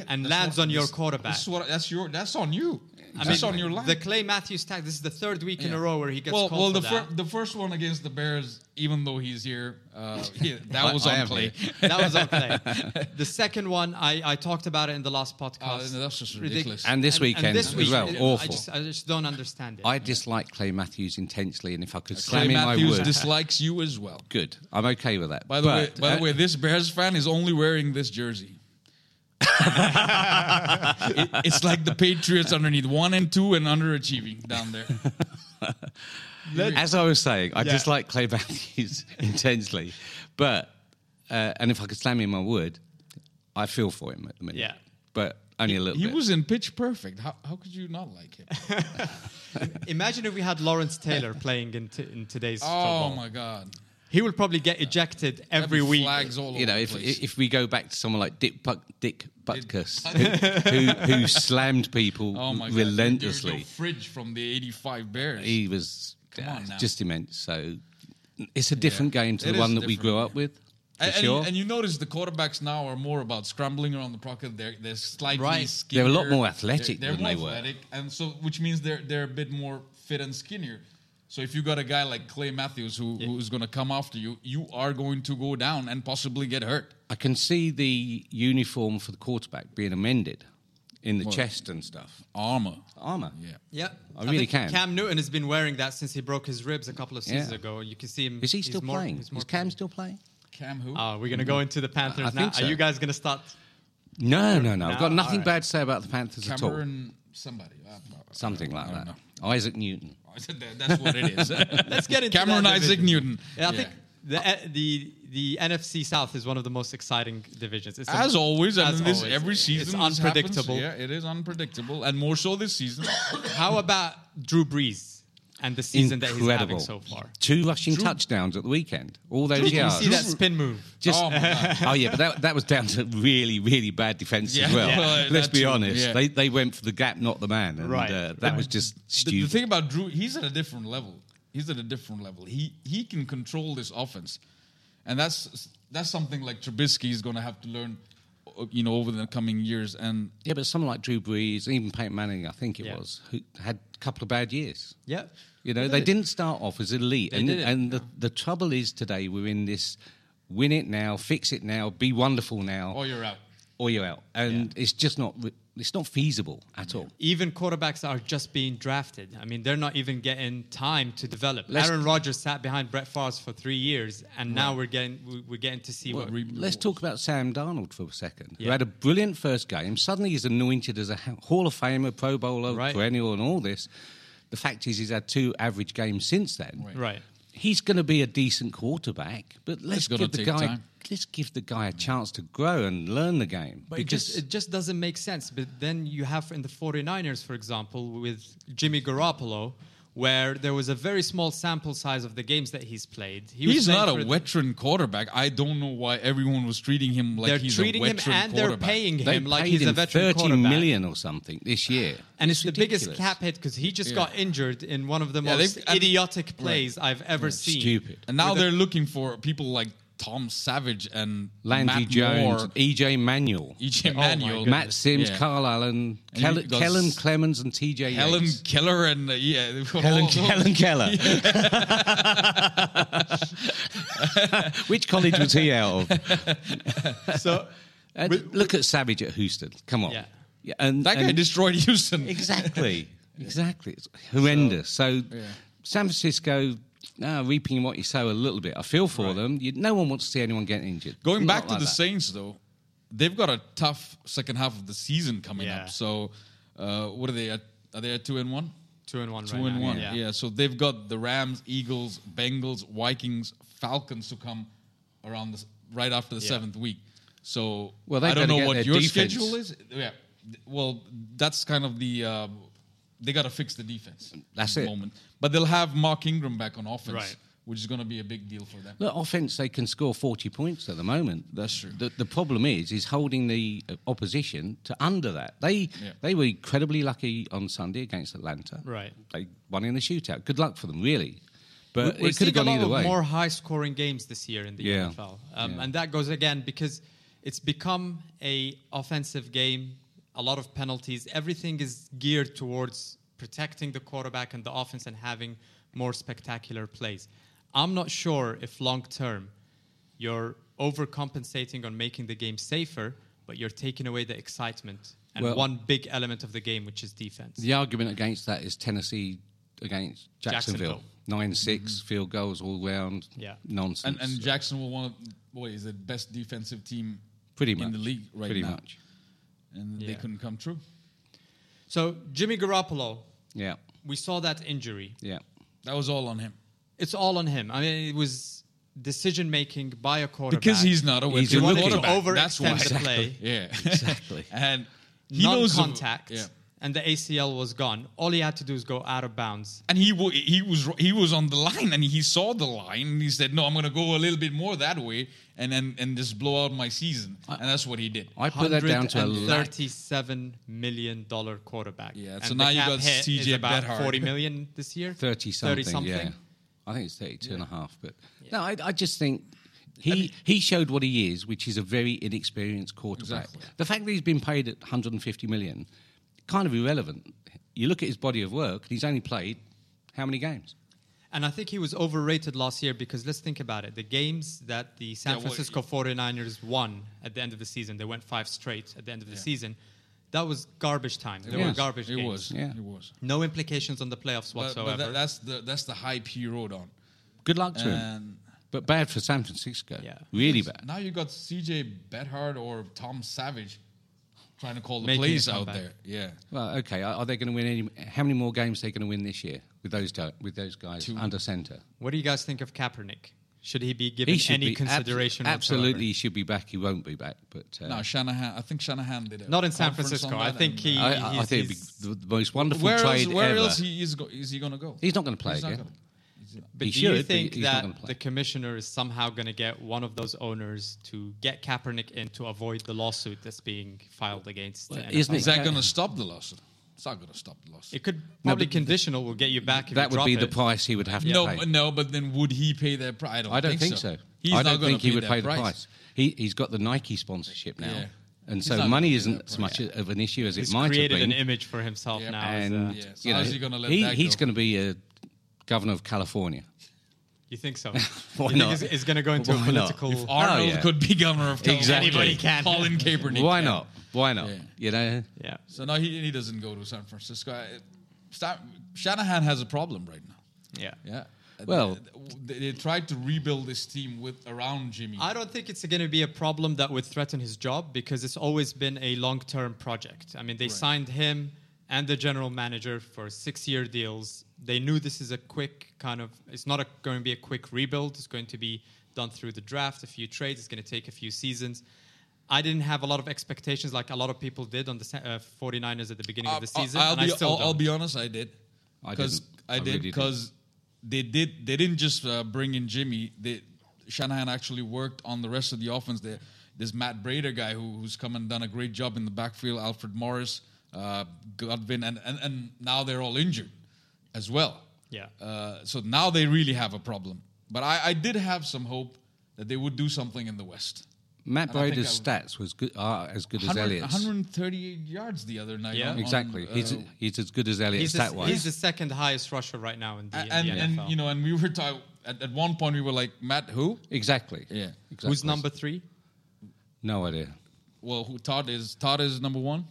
[SPEAKER 2] and
[SPEAKER 3] that's
[SPEAKER 2] lands
[SPEAKER 3] what-
[SPEAKER 2] on your
[SPEAKER 3] this-
[SPEAKER 2] quarterback.
[SPEAKER 3] This is what, that's your. That's on you.
[SPEAKER 2] I
[SPEAKER 3] that's
[SPEAKER 2] mean,
[SPEAKER 3] on your line.
[SPEAKER 2] The Clay Matthews tag. This is the third week in a
[SPEAKER 3] Yeah.
[SPEAKER 2] row where he gets
[SPEAKER 3] well,
[SPEAKER 2] called
[SPEAKER 3] well,
[SPEAKER 2] for
[SPEAKER 3] the
[SPEAKER 2] that. [laughs]
[SPEAKER 3] fir- the first one against the Bears, even though he's here, uh, [laughs] he- that
[SPEAKER 4] I-
[SPEAKER 3] was
[SPEAKER 4] I
[SPEAKER 3] on
[SPEAKER 4] am
[SPEAKER 3] play.
[SPEAKER 4] here.
[SPEAKER 2] that was on Clay. the second one, I, I talked about it in the last podcast.
[SPEAKER 3] Oh, no, that's just
[SPEAKER 2] Ridic-
[SPEAKER 3] ridiculous.
[SPEAKER 4] And this weekend
[SPEAKER 2] this
[SPEAKER 4] as
[SPEAKER 2] week,
[SPEAKER 4] well,
[SPEAKER 2] it- I
[SPEAKER 4] awful.
[SPEAKER 2] just, I just don't understand it.
[SPEAKER 4] I dislike Clay Matthews intensely, and if I could slam
[SPEAKER 3] Clay
[SPEAKER 4] him, I
[SPEAKER 3] Matthews
[SPEAKER 4] would.
[SPEAKER 3] dislikes you as well.
[SPEAKER 4] Good. I'm okay with that.
[SPEAKER 3] By the
[SPEAKER 4] But,
[SPEAKER 3] way, by
[SPEAKER 4] uh,
[SPEAKER 3] the way, this Bears fan is only wearing this jersey. [laughs] It- it's like the Patriots underneath one and two and underachieving down
[SPEAKER 4] [laughs]
[SPEAKER 3] there. Mm.
[SPEAKER 4] as I was saying, I
[SPEAKER 2] Yeah.
[SPEAKER 4] dislike Clay Matthews [laughs] intensely, but uh, and if I could slam him, I would. I feel for him at the minute.
[SPEAKER 2] Yeah.
[SPEAKER 4] but only a little.
[SPEAKER 3] He
[SPEAKER 4] bit.
[SPEAKER 3] was in pitch perfect. How, how could you not like him?
[SPEAKER 2] Imagine if we had Lawrence Taylor playing in, t- in today's
[SPEAKER 3] Oh
[SPEAKER 2] football.
[SPEAKER 3] my God!
[SPEAKER 2] He will probably get ejected
[SPEAKER 3] That'd be
[SPEAKER 2] every week.
[SPEAKER 3] flags all
[SPEAKER 4] you know,
[SPEAKER 3] over
[SPEAKER 4] if
[SPEAKER 3] the place.
[SPEAKER 4] if we go back to someone like Dick Buck, Dick
[SPEAKER 3] [laughs]
[SPEAKER 4] Butkus, who, who who slammed people
[SPEAKER 3] oh my God! There's no
[SPEAKER 4] relentlessly,
[SPEAKER 3] fridge from the '85 Bears.
[SPEAKER 4] he was
[SPEAKER 3] Come on
[SPEAKER 4] uh,
[SPEAKER 3] now.
[SPEAKER 4] just immense. So it's a different game to
[SPEAKER 3] It
[SPEAKER 4] the
[SPEAKER 3] is
[SPEAKER 4] one that we
[SPEAKER 3] different,
[SPEAKER 4] grew
[SPEAKER 3] yeah.
[SPEAKER 4] up with. For
[SPEAKER 3] And, and
[SPEAKER 4] sure,
[SPEAKER 3] you, and you notice the quarterbacks now are more about scrambling around the pocket. They're they're slightly
[SPEAKER 2] Right.
[SPEAKER 3] skinnier.
[SPEAKER 4] They're a lot more athletic
[SPEAKER 3] They're, they're
[SPEAKER 4] than
[SPEAKER 3] more
[SPEAKER 4] they were.
[SPEAKER 3] athletic, and so which means they're they're a bit more fit and skinnier. So if you got a guy like Clay Matthews who who's going to come after you, you are going to go down and possibly get hurt.
[SPEAKER 4] I can see the uniform for the quarterback being amended in the chest and stuff,
[SPEAKER 3] Armor.
[SPEAKER 4] armor.
[SPEAKER 3] Yeah.
[SPEAKER 2] Yeah,
[SPEAKER 4] I really
[SPEAKER 2] think
[SPEAKER 4] can.
[SPEAKER 2] Cam Newton has been wearing that since he broke his ribs a couple of seasons
[SPEAKER 4] Yeah.
[SPEAKER 2] ago. You can see him.
[SPEAKER 4] Is he
[SPEAKER 2] he's
[SPEAKER 4] still
[SPEAKER 2] more-
[SPEAKER 4] playing?
[SPEAKER 2] he's more
[SPEAKER 4] Is Cam still playing?
[SPEAKER 3] Cam who?
[SPEAKER 2] Oh, we're gonna go into the Panthers
[SPEAKER 4] I
[SPEAKER 2] now.
[SPEAKER 4] think so.
[SPEAKER 2] Are you guys gonna start?
[SPEAKER 4] No, no, no. I've got
[SPEAKER 2] No,
[SPEAKER 4] nothing
[SPEAKER 2] alright.
[SPEAKER 4] bad to say about the Panthers at all.
[SPEAKER 3] Cameron somebody. I- I- I-
[SPEAKER 4] Something like
[SPEAKER 3] I don't
[SPEAKER 4] that.
[SPEAKER 3] know.
[SPEAKER 4] Isaac Newton.
[SPEAKER 3] That- That's what it
[SPEAKER 4] [laughs]
[SPEAKER 3] is.
[SPEAKER 2] Let's get into
[SPEAKER 3] Cameron
[SPEAKER 2] that
[SPEAKER 3] Isaac
[SPEAKER 2] division.
[SPEAKER 3] Newton.
[SPEAKER 2] Yeah, I
[SPEAKER 3] Yeah.
[SPEAKER 2] think the, eh, the the NFC South is one of the most exciting divisions. It's a-
[SPEAKER 3] As always, and
[SPEAKER 2] as
[SPEAKER 3] this
[SPEAKER 2] always.
[SPEAKER 3] every season
[SPEAKER 2] it's
[SPEAKER 3] this happens.
[SPEAKER 2] unpredictable.
[SPEAKER 3] Yeah, it is unpredictable, and more so this [coughs] season.
[SPEAKER 2] How about Drew Brees and the season that he's having
[SPEAKER 4] Incredible.
[SPEAKER 2] so far?
[SPEAKER 4] Two rushing touchdowns at the weekend. All those
[SPEAKER 2] Did you
[SPEAKER 4] yards.
[SPEAKER 2] see that spin move?
[SPEAKER 4] Just,
[SPEAKER 3] Oh,
[SPEAKER 4] [laughs] oh,
[SPEAKER 3] my God.
[SPEAKER 4] yeah, but that, that was down to really, really bad defence
[SPEAKER 3] Yeah.
[SPEAKER 4] as
[SPEAKER 2] [laughs]
[SPEAKER 4] well.
[SPEAKER 3] Yeah. Well,
[SPEAKER 4] Let's
[SPEAKER 3] that
[SPEAKER 4] be
[SPEAKER 3] too,
[SPEAKER 4] honest.
[SPEAKER 3] yeah.
[SPEAKER 4] They, they went for the gap, not the man. And
[SPEAKER 2] Right,
[SPEAKER 4] uh, that
[SPEAKER 2] right.
[SPEAKER 4] was just
[SPEAKER 3] the, the
[SPEAKER 4] stupid.
[SPEAKER 3] thing about Drew, he's at a different level. He's at a different level. He he can control this offense, and that's that's something like Trubisky is going to have to learn, uh, you know, over the coming years. And
[SPEAKER 4] yeah, but someone like Drew Brees, even Peyton Manning, I think it
[SPEAKER 2] Yeah.
[SPEAKER 4] was, who had a couple of bad years.
[SPEAKER 2] Yeah.
[SPEAKER 4] You know, they didn't start off as elite. and
[SPEAKER 2] didn't,
[SPEAKER 4] and the, the trouble is today we're in this win it now, fix it now, be wonderful now,
[SPEAKER 3] oh, you're out.
[SPEAKER 4] or you're out. And it's just not re- it's not feasible at all.
[SPEAKER 2] Even quarterbacks are just being drafted. I mean, they're not even getting time to develop.
[SPEAKER 4] Let's-
[SPEAKER 2] Aaron Rodgers sat behind Brett Favre for three years, and now we're getting we- we're getting to see what.
[SPEAKER 4] Let's talk about Sam Darnold for a second.
[SPEAKER 2] Yeah.
[SPEAKER 4] Who had a brilliant first game. Suddenly he's anointed as a ha- Hall of Famer, Pro Bowler,
[SPEAKER 2] Right.
[SPEAKER 4] perennial, and all this. The fact is, he's had two average games since then.
[SPEAKER 2] Right.
[SPEAKER 4] He's going to be a decent quarterback, but let's
[SPEAKER 3] gonna
[SPEAKER 4] give the
[SPEAKER 3] take
[SPEAKER 4] guy
[SPEAKER 3] time.
[SPEAKER 4] let's give the guy a chance to grow and learn the game.
[SPEAKER 2] But it just it just doesn't make sense. But then you have in the 49ers, for example, with Jimmy Garoppolo, where there was a very small sample size of the games that he's played. He was
[SPEAKER 3] He's
[SPEAKER 2] playing
[SPEAKER 3] not
[SPEAKER 2] for
[SPEAKER 3] a
[SPEAKER 2] the-
[SPEAKER 3] veteran quarterback. I don't know why everyone was treating him like
[SPEAKER 2] They're
[SPEAKER 3] he's
[SPEAKER 2] treating
[SPEAKER 3] a
[SPEAKER 2] him
[SPEAKER 3] veteran
[SPEAKER 2] and they're
[SPEAKER 3] quarterback.
[SPEAKER 2] paying
[SPEAKER 4] they
[SPEAKER 2] him like
[SPEAKER 4] paid
[SPEAKER 2] he's a
[SPEAKER 4] him
[SPEAKER 2] veteran
[SPEAKER 4] 30
[SPEAKER 2] quarterback.
[SPEAKER 4] million or something this year,
[SPEAKER 2] And it's, the biggest
[SPEAKER 4] ridiculous.
[SPEAKER 2] cap hit because he just
[SPEAKER 3] Yeah.
[SPEAKER 2] got injured in one of the
[SPEAKER 3] Yeah,
[SPEAKER 2] most
[SPEAKER 3] they've- and-
[SPEAKER 2] idiotic plays I've ever seen.
[SPEAKER 4] Stupid.
[SPEAKER 3] And now
[SPEAKER 2] With a-
[SPEAKER 3] they're looking for people like Tom Savage and
[SPEAKER 4] Landry
[SPEAKER 3] Matt
[SPEAKER 4] Jones,
[SPEAKER 3] Moore,
[SPEAKER 4] EJ Manuel,
[SPEAKER 3] EJ
[SPEAKER 2] oh my
[SPEAKER 3] E Manuel,
[SPEAKER 2] goodness.
[SPEAKER 4] Matt Sims,
[SPEAKER 3] Yeah.
[SPEAKER 4] Carl Allen,
[SPEAKER 3] And
[SPEAKER 4] Kell-
[SPEAKER 3] you've got
[SPEAKER 4] Kellen
[SPEAKER 3] s-
[SPEAKER 4] Clemens, and TJ
[SPEAKER 3] Helen
[SPEAKER 4] Yates.
[SPEAKER 3] Keller, and uh, yeah, they've got all [laughs]
[SPEAKER 4] [laughs] Helen,
[SPEAKER 3] those-
[SPEAKER 4] Helen
[SPEAKER 2] [laughs]
[SPEAKER 4] Keller. [laughs] Which college was he
[SPEAKER 2] [laughs]
[SPEAKER 4] out of?
[SPEAKER 2] So
[SPEAKER 4] And look at Savage at Houston. Come on.
[SPEAKER 2] Yeah.
[SPEAKER 4] Yeah, and,
[SPEAKER 3] That guy
[SPEAKER 4] and-
[SPEAKER 3] destroyed Houston. [laughs]
[SPEAKER 4] Exactly. exactly. It's horrendous. So, San Francisco, no, reaping what you sow a little bit. I feel for them. You, no one wants to see anyone get injured.
[SPEAKER 3] Going
[SPEAKER 4] Not
[SPEAKER 3] back to
[SPEAKER 4] like
[SPEAKER 3] the
[SPEAKER 4] that.
[SPEAKER 3] Saints, though, they've got a tough second half of the season coming
[SPEAKER 2] Yeah.
[SPEAKER 3] up. So, uh, what are they at? Are they at two and one?
[SPEAKER 2] two and one.
[SPEAKER 3] Two
[SPEAKER 2] right
[SPEAKER 3] and
[SPEAKER 2] now.
[SPEAKER 3] one.
[SPEAKER 2] Yeah.
[SPEAKER 3] Yeah. So they've got the Rams, Eagles, Bengals, Vikings, Falcons to come around this right after the seventh week. So
[SPEAKER 4] Well, they
[SPEAKER 3] I don't
[SPEAKER 4] better
[SPEAKER 3] know
[SPEAKER 4] get
[SPEAKER 3] what
[SPEAKER 4] their
[SPEAKER 3] your
[SPEAKER 4] defense.
[SPEAKER 3] schedule is. Yeah. Well, that's kind of the uh, they got to fix the defense. at
[SPEAKER 4] That's
[SPEAKER 3] the
[SPEAKER 4] it.
[SPEAKER 3] Moment, but they'll have Mark Ingram back on offense,
[SPEAKER 2] Right.
[SPEAKER 3] which is going to be a big deal for them.
[SPEAKER 4] Look, offense, they can score 40 points at the moment.
[SPEAKER 3] That's true.
[SPEAKER 4] The, the problem is, is holding the uh, opposition to under that. They
[SPEAKER 3] Yeah.
[SPEAKER 4] they were incredibly lucky on Sunday against Atlanta.
[SPEAKER 2] Right.
[SPEAKER 4] They won in the shootout. Good luck for them, really. But
[SPEAKER 2] We're
[SPEAKER 4] it could
[SPEAKER 2] seeing
[SPEAKER 4] have gone
[SPEAKER 2] a lot
[SPEAKER 4] either
[SPEAKER 2] of
[SPEAKER 4] way.
[SPEAKER 2] more high-scoring games this year in the
[SPEAKER 4] Yeah.
[SPEAKER 2] NFL, um, and that goes again because It's become a offensive game. A lot of penalties. Everything is geared towards protecting the quarterback and the offense and having more spectacular plays. I'm not sure if long term you're overcompensating on making the game safer, but you're taking away the excitement and
[SPEAKER 4] Well-
[SPEAKER 2] one big element of the game, which is defense.
[SPEAKER 4] The argument against that is Tennessee against Jacksonville.
[SPEAKER 2] Jacksonville.
[SPEAKER 4] 9 6, field goals all round.
[SPEAKER 2] Yeah.
[SPEAKER 4] Nonsense.
[SPEAKER 3] Mm-hmm. And, and Jacksonville, one of, boy, is the best defensive team
[SPEAKER 4] pretty
[SPEAKER 3] in
[SPEAKER 4] much.
[SPEAKER 3] the league right
[SPEAKER 4] pretty
[SPEAKER 3] now.
[SPEAKER 4] much.
[SPEAKER 3] And they
[SPEAKER 2] Yeah.
[SPEAKER 3] couldn't come true.
[SPEAKER 2] So, Jimmy Garoppolo,
[SPEAKER 4] Yeah.
[SPEAKER 2] we saw that injury.
[SPEAKER 4] Yeah.
[SPEAKER 3] That was all on him.
[SPEAKER 2] It's all on him. I mean, it was decision making by a quarterback.
[SPEAKER 3] Because he's not a
[SPEAKER 4] He's
[SPEAKER 3] winning
[SPEAKER 4] looking.
[SPEAKER 2] He
[SPEAKER 3] quarterback.
[SPEAKER 2] wanted to
[SPEAKER 3] That's why.
[SPEAKER 2] overextend the play.
[SPEAKER 3] Yeah. [laughs]
[SPEAKER 4] Exactly.
[SPEAKER 3] and he
[SPEAKER 2] non
[SPEAKER 3] knows the-
[SPEAKER 2] contact,
[SPEAKER 3] yeah.
[SPEAKER 2] and the ACL was gone. All he had to do is go out of bounds.
[SPEAKER 3] And he wa he was he was on the line and he saw the line and he said, "No, I'm going to go a little bit more that way and and, and just blow out my season." and that's what he did.
[SPEAKER 4] I put that down to a lack
[SPEAKER 2] thirty-seven million dollar quarterback.
[SPEAKER 3] Yeah,
[SPEAKER 2] And
[SPEAKER 3] so
[SPEAKER 2] the
[SPEAKER 3] now you
[SPEAKER 2] cap
[SPEAKER 3] got
[SPEAKER 2] hit is
[SPEAKER 3] CJ
[SPEAKER 2] about
[SPEAKER 3] Beathard.
[SPEAKER 2] forty million this
[SPEAKER 3] [laughs]
[SPEAKER 2] year.
[SPEAKER 4] 30 something.
[SPEAKER 2] 30 something.
[SPEAKER 4] Yeah. I think it's 32 and a half. But no, I, I just think he, he showed what he is, which is a very inexperienced quarterback.
[SPEAKER 3] Exactly.
[SPEAKER 4] The fact that he's been paid at 150 million, kind of irrelevant. You look at his body of work, and he's only played how many games?
[SPEAKER 2] And I think he was overrated last year because let's think about it. The games that the San
[SPEAKER 3] Yeah, well,
[SPEAKER 2] Francisco 49ers won at the end of the season, they went five straight at the end of the season. That was garbage time. They were
[SPEAKER 4] was.
[SPEAKER 2] garbage
[SPEAKER 3] It
[SPEAKER 2] games.
[SPEAKER 3] was.
[SPEAKER 4] Yeah.
[SPEAKER 3] It was.
[SPEAKER 2] No implications on the playoffs
[SPEAKER 3] But,
[SPEAKER 2] whatsoever.
[SPEAKER 3] but that, that's the that's the hype he rode on.
[SPEAKER 4] Good luck to him.
[SPEAKER 3] And
[SPEAKER 4] But bad for San Francisco.
[SPEAKER 2] Yeah.
[SPEAKER 4] Really bad.
[SPEAKER 3] now you got CJ Bethard or Tom Savage trying to call the
[SPEAKER 2] Making a
[SPEAKER 3] plays out
[SPEAKER 2] comeback.
[SPEAKER 3] there. Yeah.
[SPEAKER 4] Well, okay. Are, are they going to win any? How many more games are they going to win this year with those go- with those guys under center?
[SPEAKER 2] what do you guys think of Kaepernick? Should he be given any
[SPEAKER 4] abso-
[SPEAKER 2] consideration? whatsoever?
[SPEAKER 4] absolutely, he should be back. He won't be back. But uh,
[SPEAKER 3] No, Shanahan. I think Shanahan did it.
[SPEAKER 2] Not in San Francisco. I think he-
[SPEAKER 4] I, I- I
[SPEAKER 2] he's-
[SPEAKER 4] think it'd
[SPEAKER 2] he's-
[SPEAKER 4] be the, the most wonderful
[SPEAKER 3] Where else?
[SPEAKER 4] trade
[SPEAKER 3] Where
[SPEAKER 4] ever.
[SPEAKER 3] else he is, go, is he going to go?
[SPEAKER 4] He's not going to play
[SPEAKER 3] He's not
[SPEAKER 4] again.
[SPEAKER 3] gonna- he's not-
[SPEAKER 2] But
[SPEAKER 4] He
[SPEAKER 2] do
[SPEAKER 4] should,
[SPEAKER 2] you
[SPEAKER 4] but
[SPEAKER 2] think
[SPEAKER 4] he's not gonna
[SPEAKER 2] that
[SPEAKER 4] play.
[SPEAKER 2] the commissioner is somehow going to get one of those owners to get Kaepernick in to avoid the lawsuit that's being filed against? the NFL?
[SPEAKER 4] isn't
[SPEAKER 3] Is that
[SPEAKER 4] Yeah.
[SPEAKER 3] going to stop the lawsuit? It's not going to stop the lawsuit.
[SPEAKER 2] It could probably conditional will get you back. If
[SPEAKER 4] that
[SPEAKER 2] you
[SPEAKER 4] would
[SPEAKER 2] drop
[SPEAKER 4] be the
[SPEAKER 2] it.
[SPEAKER 4] price he would have to
[SPEAKER 3] No,
[SPEAKER 4] pay.
[SPEAKER 3] but no, but then would he pay that price? I don't,
[SPEAKER 4] I don't think so.
[SPEAKER 3] He's
[SPEAKER 4] I
[SPEAKER 3] not
[SPEAKER 4] don't
[SPEAKER 3] gonna
[SPEAKER 4] think he would
[SPEAKER 3] that
[SPEAKER 4] pay the price. He, he's got the Nike sponsorship now,
[SPEAKER 3] Yeah.
[SPEAKER 4] and
[SPEAKER 3] He's
[SPEAKER 4] so
[SPEAKER 3] not gonna
[SPEAKER 4] money
[SPEAKER 3] pay
[SPEAKER 4] isn't
[SPEAKER 3] that
[SPEAKER 4] as much
[SPEAKER 3] price.
[SPEAKER 4] of an issue as
[SPEAKER 2] He's
[SPEAKER 4] it might have
[SPEAKER 2] created
[SPEAKER 4] been.
[SPEAKER 2] an image for himself
[SPEAKER 3] Yeah.
[SPEAKER 2] now. as uh,
[SPEAKER 4] and
[SPEAKER 2] a-
[SPEAKER 3] Yeah, so
[SPEAKER 4] you know,
[SPEAKER 3] how's he gonna let
[SPEAKER 4] he-
[SPEAKER 3] that
[SPEAKER 4] he's
[SPEAKER 3] go?
[SPEAKER 4] going to be a governor of California.
[SPEAKER 2] you think so?
[SPEAKER 4] [laughs] Why
[SPEAKER 2] you
[SPEAKER 4] not?
[SPEAKER 2] Think it's, going to go into a
[SPEAKER 4] Why not?
[SPEAKER 2] political.
[SPEAKER 4] If
[SPEAKER 3] Arnold
[SPEAKER 4] Oh, yeah.
[SPEAKER 3] could be governor of California.
[SPEAKER 4] Exactly. Anybody
[SPEAKER 2] can. [laughs]
[SPEAKER 3] Colin Kaepernick.
[SPEAKER 4] Why
[SPEAKER 3] can.
[SPEAKER 4] not? Why not?
[SPEAKER 3] Yeah.
[SPEAKER 4] You know,
[SPEAKER 2] yeah.
[SPEAKER 3] So no, he, he doesn't go to San Francisco. I- Sa- Shanahan has a problem right now.
[SPEAKER 2] Yeah.
[SPEAKER 3] Yeah.
[SPEAKER 4] Well-
[SPEAKER 3] they, they tried to rebuild this team with around Jimmy.
[SPEAKER 2] I don't think it's going to be a problem that would threaten his job because it's always been a long-term project. I mean, they signed him and the general manager for six-year deals. They knew this is a quick kind of. It's not a, going to be a quick rebuild. It's going to be done through the draft, a few trades. It's going to take a few seasons. I didn't have a lot of expectations like a lot of people did on the Sa- uh, 49ers at the beginning of the season.
[SPEAKER 3] Uh, I'll,
[SPEAKER 2] and
[SPEAKER 3] be,
[SPEAKER 2] I still
[SPEAKER 3] I'll, I'll
[SPEAKER 2] don't.
[SPEAKER 3] be honest, I did.
[SPEAKER 4] I
[SPEAKER 3] Because
[SPEAKER 4] didn't.
[SPEAKER 3] I,
[SPEAKER 4] I
[SPEAKER 3] did
[SPEAKER 4] really didn't.
[SPEAKER 3] because they did. They didn't just uh, bring in Jimmy. They Shanahan actually worked on the rest of the offense. There, this Matt Brader guy who, who's come and done a great job in the backfield. Alfred Morris, uh, Godwin, and, and and now they're all injured as well.
[SPEAKER 2] Yeah.
[SPEAKER 3] Uh, so now they really have a problem. But I, I did have some hope that they would do something in the West.
[SPEAKER 4] Matt
[SPEAKER 3] And I think
[SPEAKER 4] Broder's stats was good, are as good as
[SPEAKER 3] 100
[SPEAKER 4] Elliott's.
[SPEAKER 3] 138 yards the other night.
[SPEAKER 2] Yeah.
[SPEAKER 3] on- on,
[SPEAKER 4] Exactly. he's,
[SPEAKER 3] uh,
[SPEAKER 4] he's as good as Elliot
[SPEAKER 2] He's the,
[SPEAKER 4] stat
[SPEAKER 2] he's
[SPEAKER 4] wise.
[SPEAKER 2] the second highest rusher right now in the, in the
[SPEAKER 3] and, and
[SPEAKER 2] NFL.
[SPEAKER 3] you know, and we were talking at, at one point we were like Matt who?
[SPEAKER 4] Exactly.
[SPEAKER 3] Yeah.
[SPEAKER 4] Exactly.
[SPEAKER 2] Who's number three?
[SPEAKER 4] No idea.
[SPEAKER 3] Well, who Todd is Todd is number one.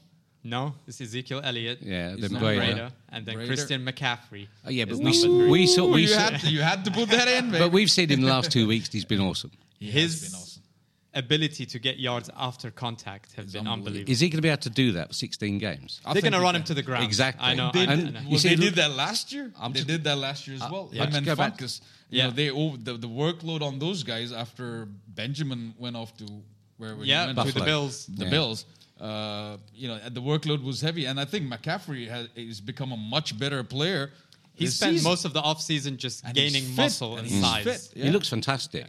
[SPEAKER 2] No, it's Ezekiel Elliott.
[SPEAKER 4] Yeah, then
[SPEAKER 2] then
[SPEAKER 4] Breda.
[SPEAKER 2] and then
[SPEAKER 3] Breda.
[SPEAKER 2] Christian McCaffrey.
[SPEAKER 4] Oh, yeah,
[SPEAKER 2] is
[SPEAKER 4] but we, s-
[SPEAKER 2] number three.
[SPEAKER 4] we
[SPEAKER 2] [laughs]
[SPEAKER 4] saw
[SPEAKER 3] Well,
[SPEAKER 4] we
[SPEAKER 3] you
[SPEAKER 4] saw,
[SPEAKER 3] had to, you had to put that
[SPEAKER 4] [laughs]
[SPEAKER 3] in, man.
[SPEAKER 4] but we've seen him the last two weeks. He's been awesome.
[SPEAKER 2] his
[SPEAKER 3] been awesome.
[SPEAKER 2] ability to get yards after contact have been
[SPEAKER 3] unbelievable.
[SPEAKER 2] unbelievable.
[SPEAKER 4] Is he going to be able to do that for 16 games?
[SPEAKER 3] I
[SPEAKER 2] They're
[SPEAKER 3] think
[SPEAKER 2] going to
[SPEAKER 3] he
[SPEAKER 2] run
[SPEAKER 3] can.
[SPEAKER 2] him to the ground.
[SPEAKER 4] Exactly.
[SPEAKER 2] I know.
[SPEAKER 4] They
[SPEAKER 2] I,
[SPEAKER 4] did-
[SPEAKER 2] I know.
[SPEAKER 4] You
[SPEAKER 3] Well,
[SPEAKER 4] see,
[SPEAKER 3] they
[SPEAKER 4] look-
[SPEAKER 3] did that last year.
[SPEAKER 4] I'm
[SPEAKER 3] they
[SPEAKER 4] just- Uh,
[SPEAKER 3] did that last year as well.
[SPEAKER 4] yeah.
[SPEAKER 3] Him
[SPEAKER 4] Just
[SPEAKER 3] and
[SPEAKER 4] go back-
[SPEAKER 3] Funkus.
[SPEAKER 2] Yeah.
[SPEAKER 3] You know, they over, the, the workload on those guys after Benjamin went off to where we
[SPEAKER 2] Yeah,
[SPEAKER 3] went
[SPEAKER 2] to the
[SPEAKER 4] Buffalo.
[SPEAKER 2] Bills.
[SPEAKER 3] the
[SPEAKER 4] Yeah.
[SPEAKER 3] Bills. Uh, you know, the workload was heavy, and I think McCaffrey has, has become a much better player.
[SPEAKER 2] He
[SPEAKER 3] this
[SPEAKER 2] spent
[SPEAKER 3] season.
[SPEAKER 2] most of the offseason just
[SPEAKER 3] And he's
[SPEAKER 2] gaining
[SPEAKER 3] fit,
[SPEAKER 2] muscle and,
[SPEAKER 3] and he's
[SPEAKER 2] size.
[SPEAKER 3] fit.
[SPEAKER 4] He
[SPEAKER 3] Yeah.
[SPEAKER 4] looks fantastic.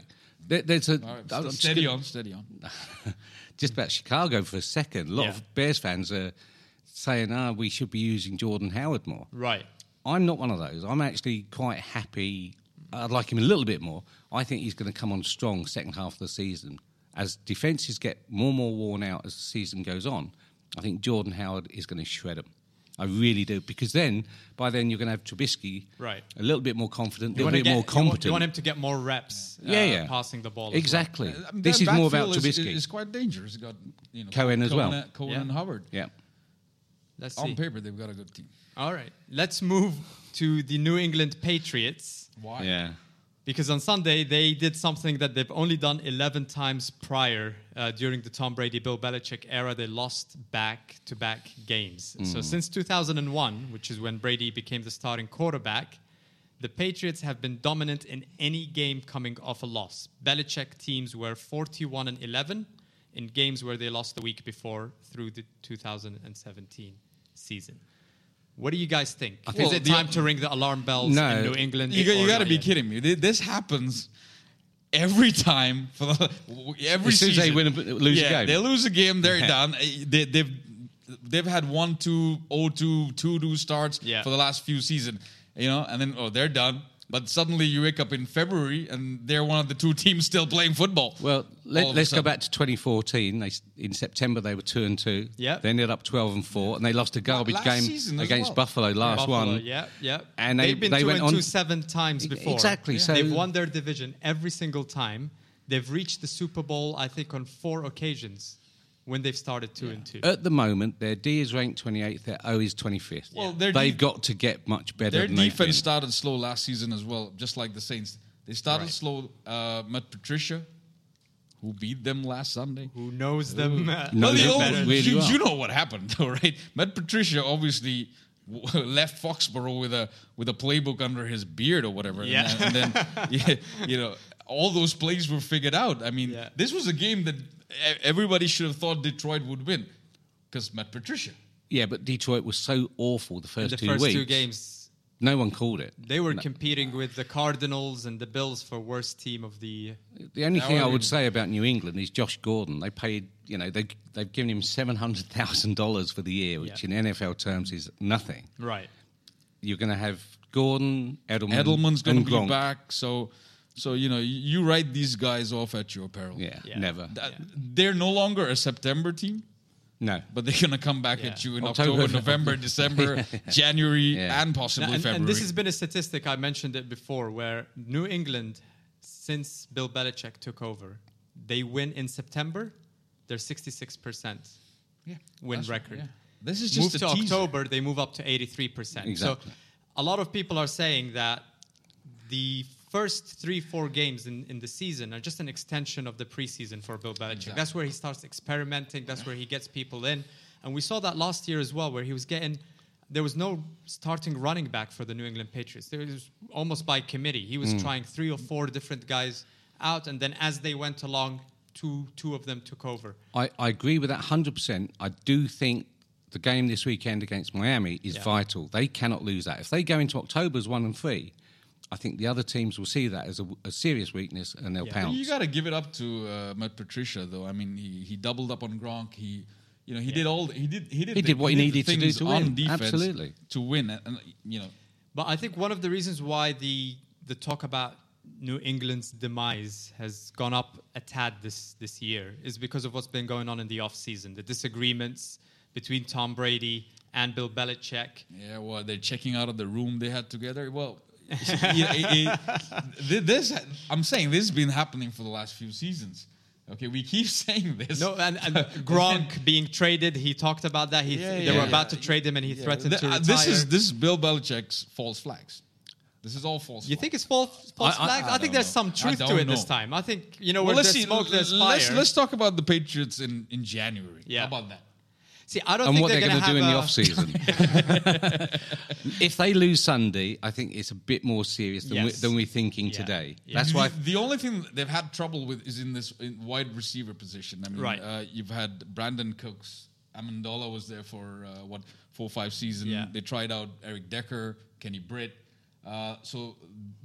[SPEAKER 4] There, there's a
[SPEAKER 3] All right,
[SPEAKER 4] I'm
[SPEAKER 3] st-
[SPEAKER 4] just
[SPEAKER 3] steady
[SPEAKER 4] gonna-
[SPEAKER 3] on, steady on.
[SPEAKER 4] just about Chicago for a second. A lot
[SPEAKER 2] Yeah.
[SPEAKER 4] of Bears fans are saying, "Ah, we should be using Jordan Howard more."
[SPEAKER 2] Right.
[SPEAKER 4] I'm not one of those. I'm actually quite happy. I'd like him a little bit more. I think he's going to come on strong second half of the season. as defenses get more and more worn out as the season goes on, I think Jordan Howard is going to shred them. I really do because then by then you're going to have Trubisky,
[SPEAKER 2] Right.
[SPEAKER 4] A little bit more confident, a
[SPEAKER 2] You want
[SPEAKER 4] little
[SPEAKER 2] to
[SPEAKER 4] bit
[SPEAKER 2] get
[SPEAKER 4] more
[SPEAKER 2] you want-
[SPEAKER 4] competent.
[SPEAKER 2] You want him to get more reps. uh,
[SPEAKER 4] yeah, yeah,
[SPEAKER 2] Passing the ball. as well. Uh,
[SPEAKER 4] exactly.
[SPEAKER 3] I mean,
[SPEAKER 4] this
[SPEAKER 3] their
[SPEAKER 4] is more about
[SPEAKER 3] backfield
[SPEAKER 4] Trubisky.
[SPEAKER 3] Is, is quite dangerous. You got you know
[SPEAKER 4] Cohen as well.
[SPEAKER 3] Cohen, Cohen
[SPEAKER 2] Yeah.
[SPEAKER 3] and Hubbard.
[SPEAKER 4] yeah,
[SPEAKER 2] Let's
[SPEAKER 3] On
[SPEAKER 2] see.
[SPEAKER 3] paper, they've got a good team.
[SPEAKER 2] All right. Let's move to the New England Patriots
[SPEAKER 3] Why?
[SPEAKER 4] yeah.
[SPEAKER 2] because on Sunday they did something that they've only done 11 times prior uh, during the Tom Brady Bill Belichick era. They lost back to back games. So
[SPEAKER 3] Mm.
[SPEAKER 2] since 2001, which is when Brady became the starting quarterback, the Patriots have been dominant in any game coming off a loss. Belichick teams were 41 and 11 in games where they lost the week before through the 2017 season. What do you guys think?
[SPEAKER 4] think-
[SPEAKER 2] is it
[SPEAKER 3] Well, the-
[SPEAKER 2] time to ring the alarm bells
[SPEAKER 4] No.
[SPEAKER 2] in New England?
[SPEAKER 3] You, got,
[SPEAKER 2] or
[SPEAKER 3] you got to
[SPEAKER 2] not
[SPEAKER 3] be
[SPEAKER 2] yet?
[SPEAKER 3] kidding me. Th- This happens every time for the every
[SPEAKER 4] As soon as they
[SPEAKER 3] season.
[SPEAKER 4] win a b- lose a
[SPEAKER 3] yeah,
[SPEAKER 4] game.
[SPEAKER 3] They lose a game, they're
[SPEAKER 4] Yeah.
[SPEAKER 3] done. Uh, They, they've they've had one two oh two two two starts
[SPEAKER 2] Yeah.
[SPEAKER 3] for the last few season, you know, and then oh they're done. But suddenly you wake up in February and they're one of the two teams still playing football.
[SPEAKER 4] Well,
[SPEAKER 3] All
[SPEAKER 4] let,
[SPEAKER 3] of a
[SPEAKER 4] let's go
[SPEAKER 3] sudden.
[SPEAKER 4] back to 2014. They, s- in September, they were two and two.
[SPEAKER 2] Yeah.
[SPEAKER 4] They ended up 12 and four, and they lost a garbage
[SPEAKER 3] last
[SPEAKER 4] game
[SPEAKER 3] season as
[SPEAKER 4] against
[SPEAKER 3] well.
[SPEAKER 4] Buffalo last
[SPEAKER 2] Buffalo,
[SPEAKER 4] one.
[SPEAKER 2] Yeah, yeah.
[SPEAKER 4] And
[SPEAKER 2] they,
[SPEAKER 4] they-
[SPEAKER 2] have been
[SPEAKER 4] they
[SPEAKER 2] two
[SPEAKER 4] went
[SPEAKER 2] and two
[SPEAKER 4] on-
[SPEAKER 2] seven times
[SPEAKER 4] E-
[SPEAKER 2] before.
[SPEAKER 4] exactly, so-
[SPEAKER 2] they've won their division every single time. They've reached the Super Bowl, I think, on four occasions when they've started two and two.
[SPEAKER 4] At the moment, their D is ranked 28th, their O is 25th.
[SPEAKER 3] Well, their
[SPEAKER 4] they've
[SPEAKER 3] def-
[SPEAKER 4] got to get much better.
[SPEAKER 3] Their
[SPEAKER 4] than they've
[SPEAKER 3] defense
[SPEAKER 4] been.
[SPEAKER 3] started slow last season as well, just like the Saints. They started
[SPEAKER 2] Right.
[SPEAKER 3] slow. Uh, Matt Patricia, who beat them last Sunday.
[SPEAKER 2] Who knows [laughs] them? uh,
[SPEAKER 4] No,
[SPEAKER 3] Well,
[SPEAKER 4] they
[SPEAKER 3] you,
[SPEAKER 4] don't
[SPEAKER 3] know,
[SPEAKER 4] better. really
[SPEAKER 3] you,
[SPEAKER 4] are.
[SPEAKER 3] you know what happened, [laughs] though, right? Matt Patricia obviously w- [laughs] left Foxborough with a with a playbook under his beard or whatever. and
[SPEAKER 2] Yeah.
[SPEAKER 3] then- And then, [laughs] yeah, you know, all those plays were figured out. I mean,
[SPEAKER 2] Yeah.
[SPEAKER 3] this was a game that e- everybody should have thought Detroit would win because Matt Patricia.
[SPEAKER 4] Yeah, but Detroit was so awful the first
[SPEAKER 2] the
[SPEAKER 4] two
[SPEAKER 2] first
[SPEAKER 4] weeks.
[SPEAKER 2] two games,
[SPEAKER 4] No one called it.
[SPEAKER 2] they were competing with the Cardinals and the Bills for worst team of the.
[SPEAKER 4] The only
[SPEAKER 3] Now
[SPEAKER 4] thing I
[SPEAKER 3] I
[SPEAKER 4] would
[SPEAKER 3] mean-
[SPEAKER 4] say about New England is Josh Gordon. They paid, you know, they they've given him seven hundred thousand dollars for the year, which
[SPEAKER 2] Yeah.
[SPEAKER 4] in NFL terms is nothing.
[SPEAKER 2] Right.
[SPEAKER 4] You're going to have Gordon, Edelman,
[SPEAKER 3] Edelman's going
[SPEAKER 4] and
[SPEAKER 3] to be
[SPEAKER 4] Gronk.
[SPEAKER 3] back, so so you know you, you write these guys off at your peril.
[SPEAKER 4] Yeah,
[SPEAKER 2] Yeah.
[SPEAKER 4] never.
[SPEAKER 3] That- they're no longer a September team.
[SPEAKER 4] No.
[SPEAKER 3] But they're gonna come back
[SPEAKER 2] Yeah.
[SPEAKER 3] at you in
[SPEAKER 4] October,
[SPEAKER 3] October, November,
[SPEAKER 4] [laughs]
[SPEAKER 3] December, January,
[SPEAKER 4] Yeah.
[SPEAKER 3] and possibly
[SPEAKER 2] and,
[SPEAKER 3] February.
[SPEAKER 2] and this has been a statistic I mentioned it before, where New England, since Bill Belichick took over, they win in September. They're sixty-six percent
[SPEAKER 3] Yeah.
[SPEAKER 2] win
[SPEAKER 3] That's-
[SPEAKER 2] record.
[SPEAKER 3] yeah. This is just
[SPEAKER 2] move
[SPEAKER 3] a
[SPEAKER 2] to
[SPEAKER 3] teaser.
[SPEAKER 2] October. They move up to eighty-three percent.
[SPEAKER 4] Exactly.
[SPEAKER 2] So, a lot of people are saying that the first three, four games in, in the season are just an extension of the preseason for Bill Belichick. That's where he starts experimenting. That's where he gets people in. And we saw that last year as well, where he was getting. There was no starting running back for the New England Patriots. There was almost by committee. He was
[SPEAKER 3] Hmm.
[SPEAKER 2] trying three or four different guys out, and then as they went along, two two of them took over.
[SPEAKER 4] I, I agree with that 100%. I do think the game this weekend against Miami is
[SPEAKER 2] Yeah.
[SPEAKER 4] vital. They cannot lose that. If they go into October as one and three, I think the other teams will see that as a, a serious weakness and they'll
[SPEAKER 2] Yeah.
[SPEAKER 4] pounce.
[SPEAKER 3] You got to give it up to uh, Matt Patricia, though. I mean, he, he doubled up on Gronk. He, you know, he did all he did. He did,
[SPEAKER 4] He did what he
[SPEAKER 3] the
[SPEAKER 4] needed to do
[SPEAKER 3] things
[SPEAKER 4] to
[SPEAKER 3] on
[SPEAKER 4] win.
[SPEAKER 3] defense
[SPEAKER 4] Absolutely.
[SPEAKER 3] to win. And, and, you know,
[SPEAKER 2] But I think one of the reasons why the the talk about New England's demise has gone up a tad this this year is because of what's been going on in the offseason, the disagreements between Tom Brady and Bill Belichick.
[SPEAKER 3] yeah, well, they're checking out of the room they had together.
[SPEAKER 2] [laughs]
[SPEAKER 3] Well, [laughs] yeah, it- it- th- this I'm saying this has been happening for the last few seasons. Okay, we keep [laughs] saying this.
[SPEAKER 2] No, and,
[SPEAKER 3] [laughs]
[SPEAKER 2] and Gronk being traded, he talked about that. He,
[SPEAKER 3] Yeah,
[SPEAKER 2] they
[SPEAKER 3] yeah,
[SPEAKER 2] were
[SPEAKER 3] yeah.
[SPEAKER 2] about to trade him, and he
[SPEAKER 3] Yeah,
[SPEAKER 2] threatened
[SPEAKER 3] th-
[SPEAKER 2] to
[SPEAKER 3] uh,
[SPEAKER 2] retire.
[SPEAKER 3] This is this is Bill Belichick's false flags. This is all false.
[SPEAKER 2] you
[SPEAKER 3] flags.
[SPEAKER 2] think it's false, false
[SPEAKER 4] I- I-
[SPEAKER 2] flags?
[SPEAKER 4] I
[SPEAKER 2] I, think
[SPEAKER 3] don't
[SPEAKER 2] there's
[SPEAKER 3] know.
[SPEAKER 2] some
[SPEAKER 3] I
[SPEAKER 2] truth to
[SPEAKER 3] don't
[SPEAKER 2] it this
[SPEAKER 3] know.
[SPEAKER 2] time. I think you know
[SPEAKER 3] Well,
[SPEAKER 2] where
[SPEAKER 3] let's
[SPEAKER 2] there's
[SPEAKER 3] see.
[SPEAKER 2] smoke, there's
[SPEAKER 3] l-
[SPEAKER 2] fire.
[SPEAKER 3] let's let's talk about the Patriots in in January.
[SPEAKER 2] Yeah.
[SPEAKER 3] How about that?
[SPEAKER 2] see. I don't
[SPEAKER 4] and
[SPEAKER 2] think
[SPEAKER 4] what they're
[SPEAKER 2] going to
[SPEAKER 4] do in the
[SPEAKER 2] a-
[SPEAKER 4] off season.
[SPEAKER 3] [laughs]
[SPEAKER 4] if they lose Sunday, I think it's a bit more serious than,
[SPEAKER 2] Yes.
[SPEAKER 4] we, than we're thinking
[SPEAKER 2] Yeah.
[SPEAKER 4] today.
[SPEAKER 2] Yeah.
[SPEAKER 4] That's why.
[SPEAKER 3] The- [laughs] the only thing they've had trouble with is in this in wide receiver position. I mean,
[SPEAKER 2] Right.
[SPEAKER 3] uh, you've had Brandon Cooks. Amendola was there for uh, what four or five season.
[SPEAKER 2] Yeah.
[SPEAKER 3] They tried out Eric Decker, Kenny Britt. Uh, so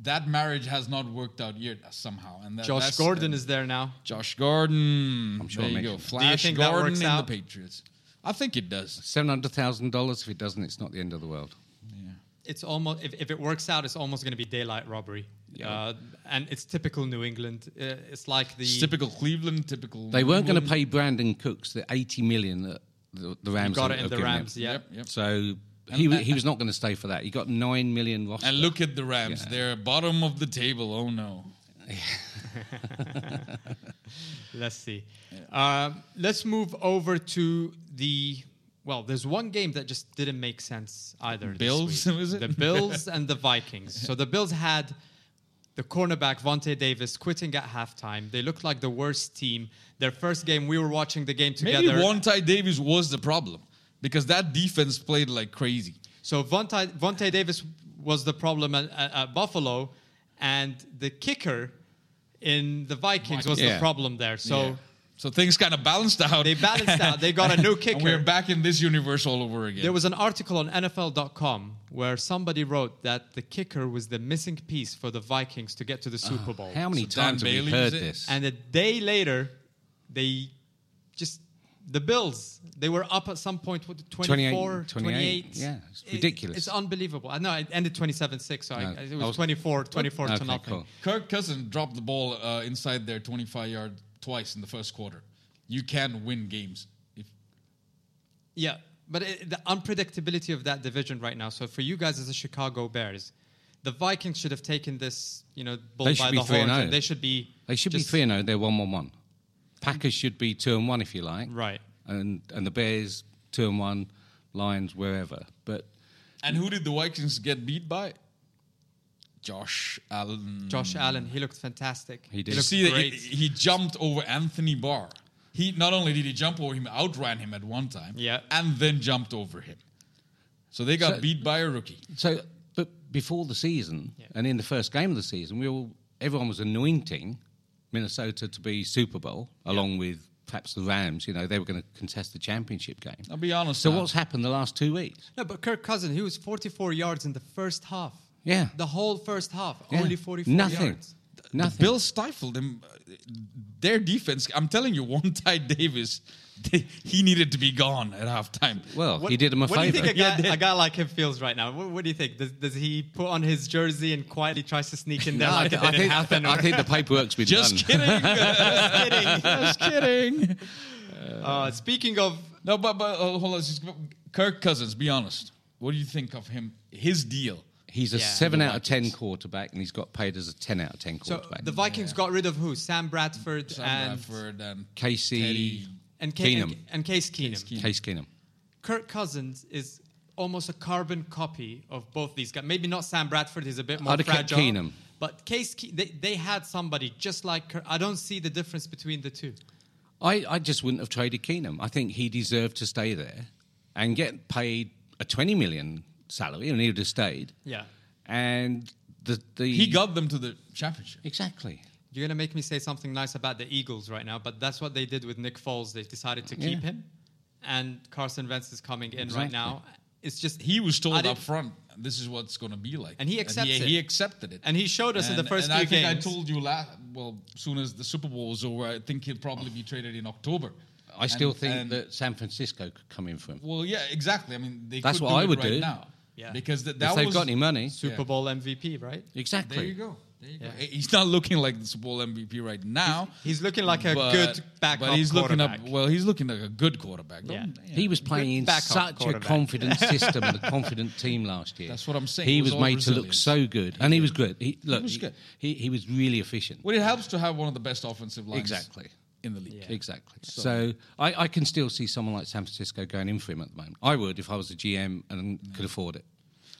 [SPEAKER 3] that marriage has not worked out yet uh, somehow. And that,
[SPEAKER 2] Josh
[SPEAKER 3] that's-
[SPEAKER 2] Gordon
[SPEAKER 3] uh,
[SPEAKER 2] is there now.
[SPEAKER 3] Josh Gordon. I'm
[SPEAKER 4] sure
[SPEAKER 3] there you
[SPEAKER 4] Mitch-
[SPEAKER 3] go.
[SPEAKER 4] Do you
[SPEAKER 3] Flash
[SPEAKER 2] think that
[SPEAKER 3] Gordon
[SPEAKER 2] works
[SPEAKER 3] in
[SPEAKER 2] out?
[SPEAKER 3] the Patriots. I think it does.
[SPEAKER 4] $700,000, if it doesn't, it's not the end of the world.
[SPEAKER 3] Yeah.
[SPEAKER 2] it's almost if, if it works out, it's almost going to be daylight robbery. Uh, and it's typical New England. Uh, it's like the
[SPEAKER 3] It's typical Cleveland, typical.
[SPEAKER 4] They weren't going to
[SPEAKER 3] England.
[SPEAKER 4] pay Brandon Cooks the 80 million that the, the Rams
[SPEAKER 2] got
[SPEAKER 4] have-
[SPEAKER 2] it in
[SPEAKER 4] have
[SPEAKER 2] the
[SPEAKER 4] given him.
[SPEAKER 2] Rams. Yeah.
[SPEAKER 3] Yep, yep.
[SPEAKER 4] So he, wa- he was not going to stay for that. He got 9 million roster.
[SPEAKER 3] And look at the Rams.
[SPEAKER 4] Yeah.
[SPEAKER 3] They're bottom of the table. Oh no.
[SPEAKER 2] Let's see. Um, let's move over to the. Well, there's one game that just didn't make sense either. this
[SPEAKER 3] Bills,
[SPEAKER 2] week.
[SPEAKER 3] was it?
[SPEAKER 2] The Bills and the Vikings. So the Bills had the cornerback Vontae Davis quitting at halftime. They looked like the worst team. Their first game, we were watching the game
[SPEAKER 3] Maybe
[SPEAKER 2] together.
[SPEAKER 3] Wontai Davis was the problem because that defense played like crazy.
[SPEAKER 2] So Vontae, Vontae Davis was the problem at, at, at Buffalo, and the kicker in the Vikings was the
[SPEAKER 4] Yeah.
[SPEAKER 2] problem there. So.
[SPEAKER 3] Yeah. so things kind of balanced out.
[SPEAKER 2] They balanced out. They got a new kicker.
[SPEAKER 3] [laughs] And we're back in this universe all over again.
[SPEAKER 2] There was an article on NFL.com where somebody wrote that the kicker was the missing piece for the Vikings to get to the Super Bowl.
[SPEAKER 4] How many
[SPEAKER 3] So Dan
[SPEAKER 4] times have
[SPEAKER 3] Bailey
[SPEAKER 4] we
[SPEAKER 3] was
[SPEAKER 4] heard
[SPEAKER 3] it?
[SPEAKER 4] this?
[SPEAKER 2] And a day later, they just the Bills. They were up at some point with 24,
[SPEAKER 4] 28, 28. Yeah, it's ridiculous.
[SPEAKER 2] It's unbelievable. I know it ended 27-6, so I,
[SPEAKER 4] No,
[SPEAKER 2] it
[SPEAKER 4] I
[SPEAKER 2] was,
[SPEAKER 4] was-
[SPEAKER 2] 24, 24 to
[SPEAKER 4] Okay,
[SPEAKER 2] nothing.
[SPEAKER 4] cool.
[SPEAKER 3] Kirk Cousins dropped the ball uh, inside their 25 yard twice in the first quarter. You can win games. If,
[SPEAKER 2] Yeah, but it, the unpredictability of that division right now. So for you guys as the Chicago Bears, the Vikings should have taken this, you know, bull
[SPEAKER 4] They should
[SPEAKER 2] by
[SPEAKER 4] be
[SPEAKER 2] the
[SPEAKER 4] 3 and
[SPEAKER 2] horns. and
[SPEAKER 4] 0.
[SPEAKER 2] They should be.
[SPEAKER 4] they should
[SPEAKER 2] just-
[SPEAKER 4] be 3 0. They're 1 1 1. Packers should be 2 and 1, if you like.
[SPEAKER 2] Right.
[SPEAKER 4] And, and the Bears, 2 and 1, Lions, wherever. But
[SPEAKER 3] and who did the Vikings get beat by? Josh Allen.
[SPEAKER 2] Josh Allen, he looked fantastic.
[SPEAKER 4] He did.
[SPEAKER 3] Did
[SPEAKER 2] He
[SPEAKER 3] you
[SPEAKER 2] looked
[SPEAKER 3] see that he,
[SPEAKER 2] great.
[SPEAKER 3] he jumped over Anthony Barr? He not only did he jump over him, outran him at one time,
[SPEAKER 2] Yeah.
[SPEAKER 3] and then jumped over him. So they got
[SPEAKER 4] So-
[SPEAKER 3] beat by a rookie.
[SPEAKER 4] So, but before the season
[SPEAKER 2] Yeah.
[SPEAKER 4] and in the first game of the season, we all everyone was anointing Minnesota to be Super Bowl, along with perhaps the Rams. You know, they were going to contest the championship game.
[SPEAKER 3] I'll be honest.
[SPEAKER 2] uh,
[SPEAKER 4] So,
[SPEAKER 3] now.
[SPEAKER 4] what's happened the last two weeks?
[SPEAKER 2] no, but Kirk Cousins, he was 44 yards in the first half.
[SPEAKER 4] Yeah.
[SPEAKER 2] The whole first half,
[SPEAKER 4] Yeah.
[SPEAKER 2] only 44
[SPEAKER 4] Nothing.
[SPEAKER 2] yards.
[SPEAKER 4] Nothing.
[SPEAKER 3] The Bills stifled them. Their defense. I'm telling you, [laughs] one Ty Davis, they, he needed to be gone at halftime.
[SPEAKER 4] well,
[SPEAKER 2] What-
[SPEAKER 4] he did him a
[SPEAKER 2] What do you
[SPEAKER 4] favor.
[SPEAKER 2] think a guy, a guy like him feels right now? What, what do you think? Does, does he put on his jersey and quietly tries to sneak in there
[SPEAKER 4] [laughs] No, I,
[SPEAKER 2] like
[SPEAKER 4] th-
[SPEAKER 2] it
[SPEAKER 4] I
[SPEAKER 2] didn't
[SPEAKER 4] think, I,
[SPEAKER 2] happen?
[SPEAKER 4] think, I
[SPEAKER 2] or-
[SPEAKER 4] think the paperwork's been
[SPEAKER 3] Just
[SPEAKER 4] done. [laughs]
[SPEAKER 3] kidding.
[SPEAKER 2] Just kidding.
[SPEAKER 3] Just kidding.
[SPEAKER 2] Uh, speaking of
[SPEAKER 3] No, but but uh, hold on. just- Kirk Cousins. Be honest. What do you think of him? His deal.
[SPEAKER 4] He's a
[SPEAKER 2] Yeah.
[SPEAKER 4] seven out of ten quarterback, and he's got paid as a ten out of ten
[SPEAKER 2] So
[SPEAKER 4] quarterback.
[SPEAKER 2] the Vikings got rid of who? Sam Bradford
[SPEAKER 3] Sam
[SPEAKER 2] and
[SPEAKER 3] Bradford and
[SPEAKER 4] Casey
[SPEAKER 3] Teddy.
[SPEAKER 2] and, Ca- and-
[SPEAKER 4] Keenum.
[SPEAKER 2] and Case Keenum.
[SPEAKER 4] Case Keenum.
[SPEAKER 2] Kirk Cousins is almost a carbon copy of both these guys. Maybe not Sam Bradford; he's a bit more
[SPEAKER 4] I'd have kept
[SPEAKER 2] fragile.
[SPEAKER 4] Keenum.
[SPEAKER 2] But Case Ke- they, they had somebody just like Kirk. I don't see the difference between the two.
[SPEAKER 4] I, I just wouldn't have traded Keenum. I think he deserved to stay there and get paid a 20 million salary and he would have stayed.
[SPEAKER 2] Yeah,
[SPEAKER 4] And the, the
[SPEAKER 3] He got them to the championship.
[SPEAKER 4] Exactly.
[SPEAKER 2] you're gonna make me say something nice about the Eagles right now, but that's what they did with Nick Foles. They decided to keep
[SPEAKER 4] Yeah.
[SPEAKER 2] him, and Carson Wentz is coming in right
[SPEAKER 4] Exactly.
[SPEAKER 2] now. It's just
[SPEAKER 3] He was
[SPEAKER 2] I
[SPEAKER 3] told
[SPEAKER 2] didn't-
[SPEAKER 3] up front, "This is what's going to be like,"
[SPEAKER 2] And he accepts
[SPEAKER 3] he,
[SPEAKER 2] it.
[SPEAKER 3] He accepted it,
[SPEAKER 2] And he showed us in the first
[SPEAKER 3] and I
[SPEAKER 2] few
[SPEAKER 3] think
[SPEAKER 2] games.
[SPEAKER 3] I told you last. Well, soon as the Super Bowl was over, I think he'll probably be traded in October.
[SPEAKER 4] I still
[SPEAKER 3] And- um,
[SPEAKER 4] think
[SPEAKER 3] and-
[SPEAKER 4] that San Francisco could come in for him.
[SPEAKER 3] Well, yeah, exactly. I mean, they
[SPEAKER 4] That's
[SPEAKER 3] could
[SPEAKER 4] what
[SPEAKER 3] do
[SPEAKER 4] I
[SPEAKER 3] it
[SPEAKER 4] would
[SPEAKER 3] right
[SPEAKER 4] do.
[SPEAKER 3] now.
[SPEAKER 2] Yeah.
[SPEAKER 3] because that, that
[SPEAKER 4] If they've
[SPEAKER 3] was
[SPEAKER 4] got any money.
[SPEAKER 2] Super Bowl MVP, right?
[SPEAKER 4] Exactly.
[SPEAKER 3] There you go. There you go.
[SPEAKER 2] Yeah.
[SPEAKER 3] He's not looking like the Super Bowl MVP right now.
[SPEAKER 2] He's looking like a
[SPEAKER 3] but-
[SPEAKER 2] good backup
[SPEAKER 3] But he's looking up.
[SPEAKER 2] quarterback.
[SPEAKER 3] Well, he's looking like a good quarterback. Don't-
[SPEAKER 2] Yeah.
[SPEAKER 4] He was playing in
[SPEAKER 2] backup
[SPEAKER 4] such a
[SPEAKER 2] quarterback.
[SPEAKER 3] [laughs]
[SPEAKER 4] confident system and a confident team last year.
[SPEAKER 3] That's what I'm saying. It
[SPEAKER 4] He
[SPEAKER 3] was
[SPEAKER 4] was,
[SPEAKER 3] all
[SPEAKER 4] made to look
[SPEAKER 3] resilience.
[SPEAKER 4] so good, and he was good. He, look,
[SPEAKER 3] was
[SPEAKER 4] he-
[SPEAKER 3] good.
[SPEAKER 4] He, he was really efficient.
[SPEAKER 3] Well, it helps to have one of the best offensive lines
[SPEAKER 4] Exactly.
[SPEAKER 3] in the league.
[SPEAKER 2] Yeah.
[SPEAKER 4] Exactly. So, I, I can still see someone like San Francisco going in for him at the moment. I would if I was a GM and could afford it.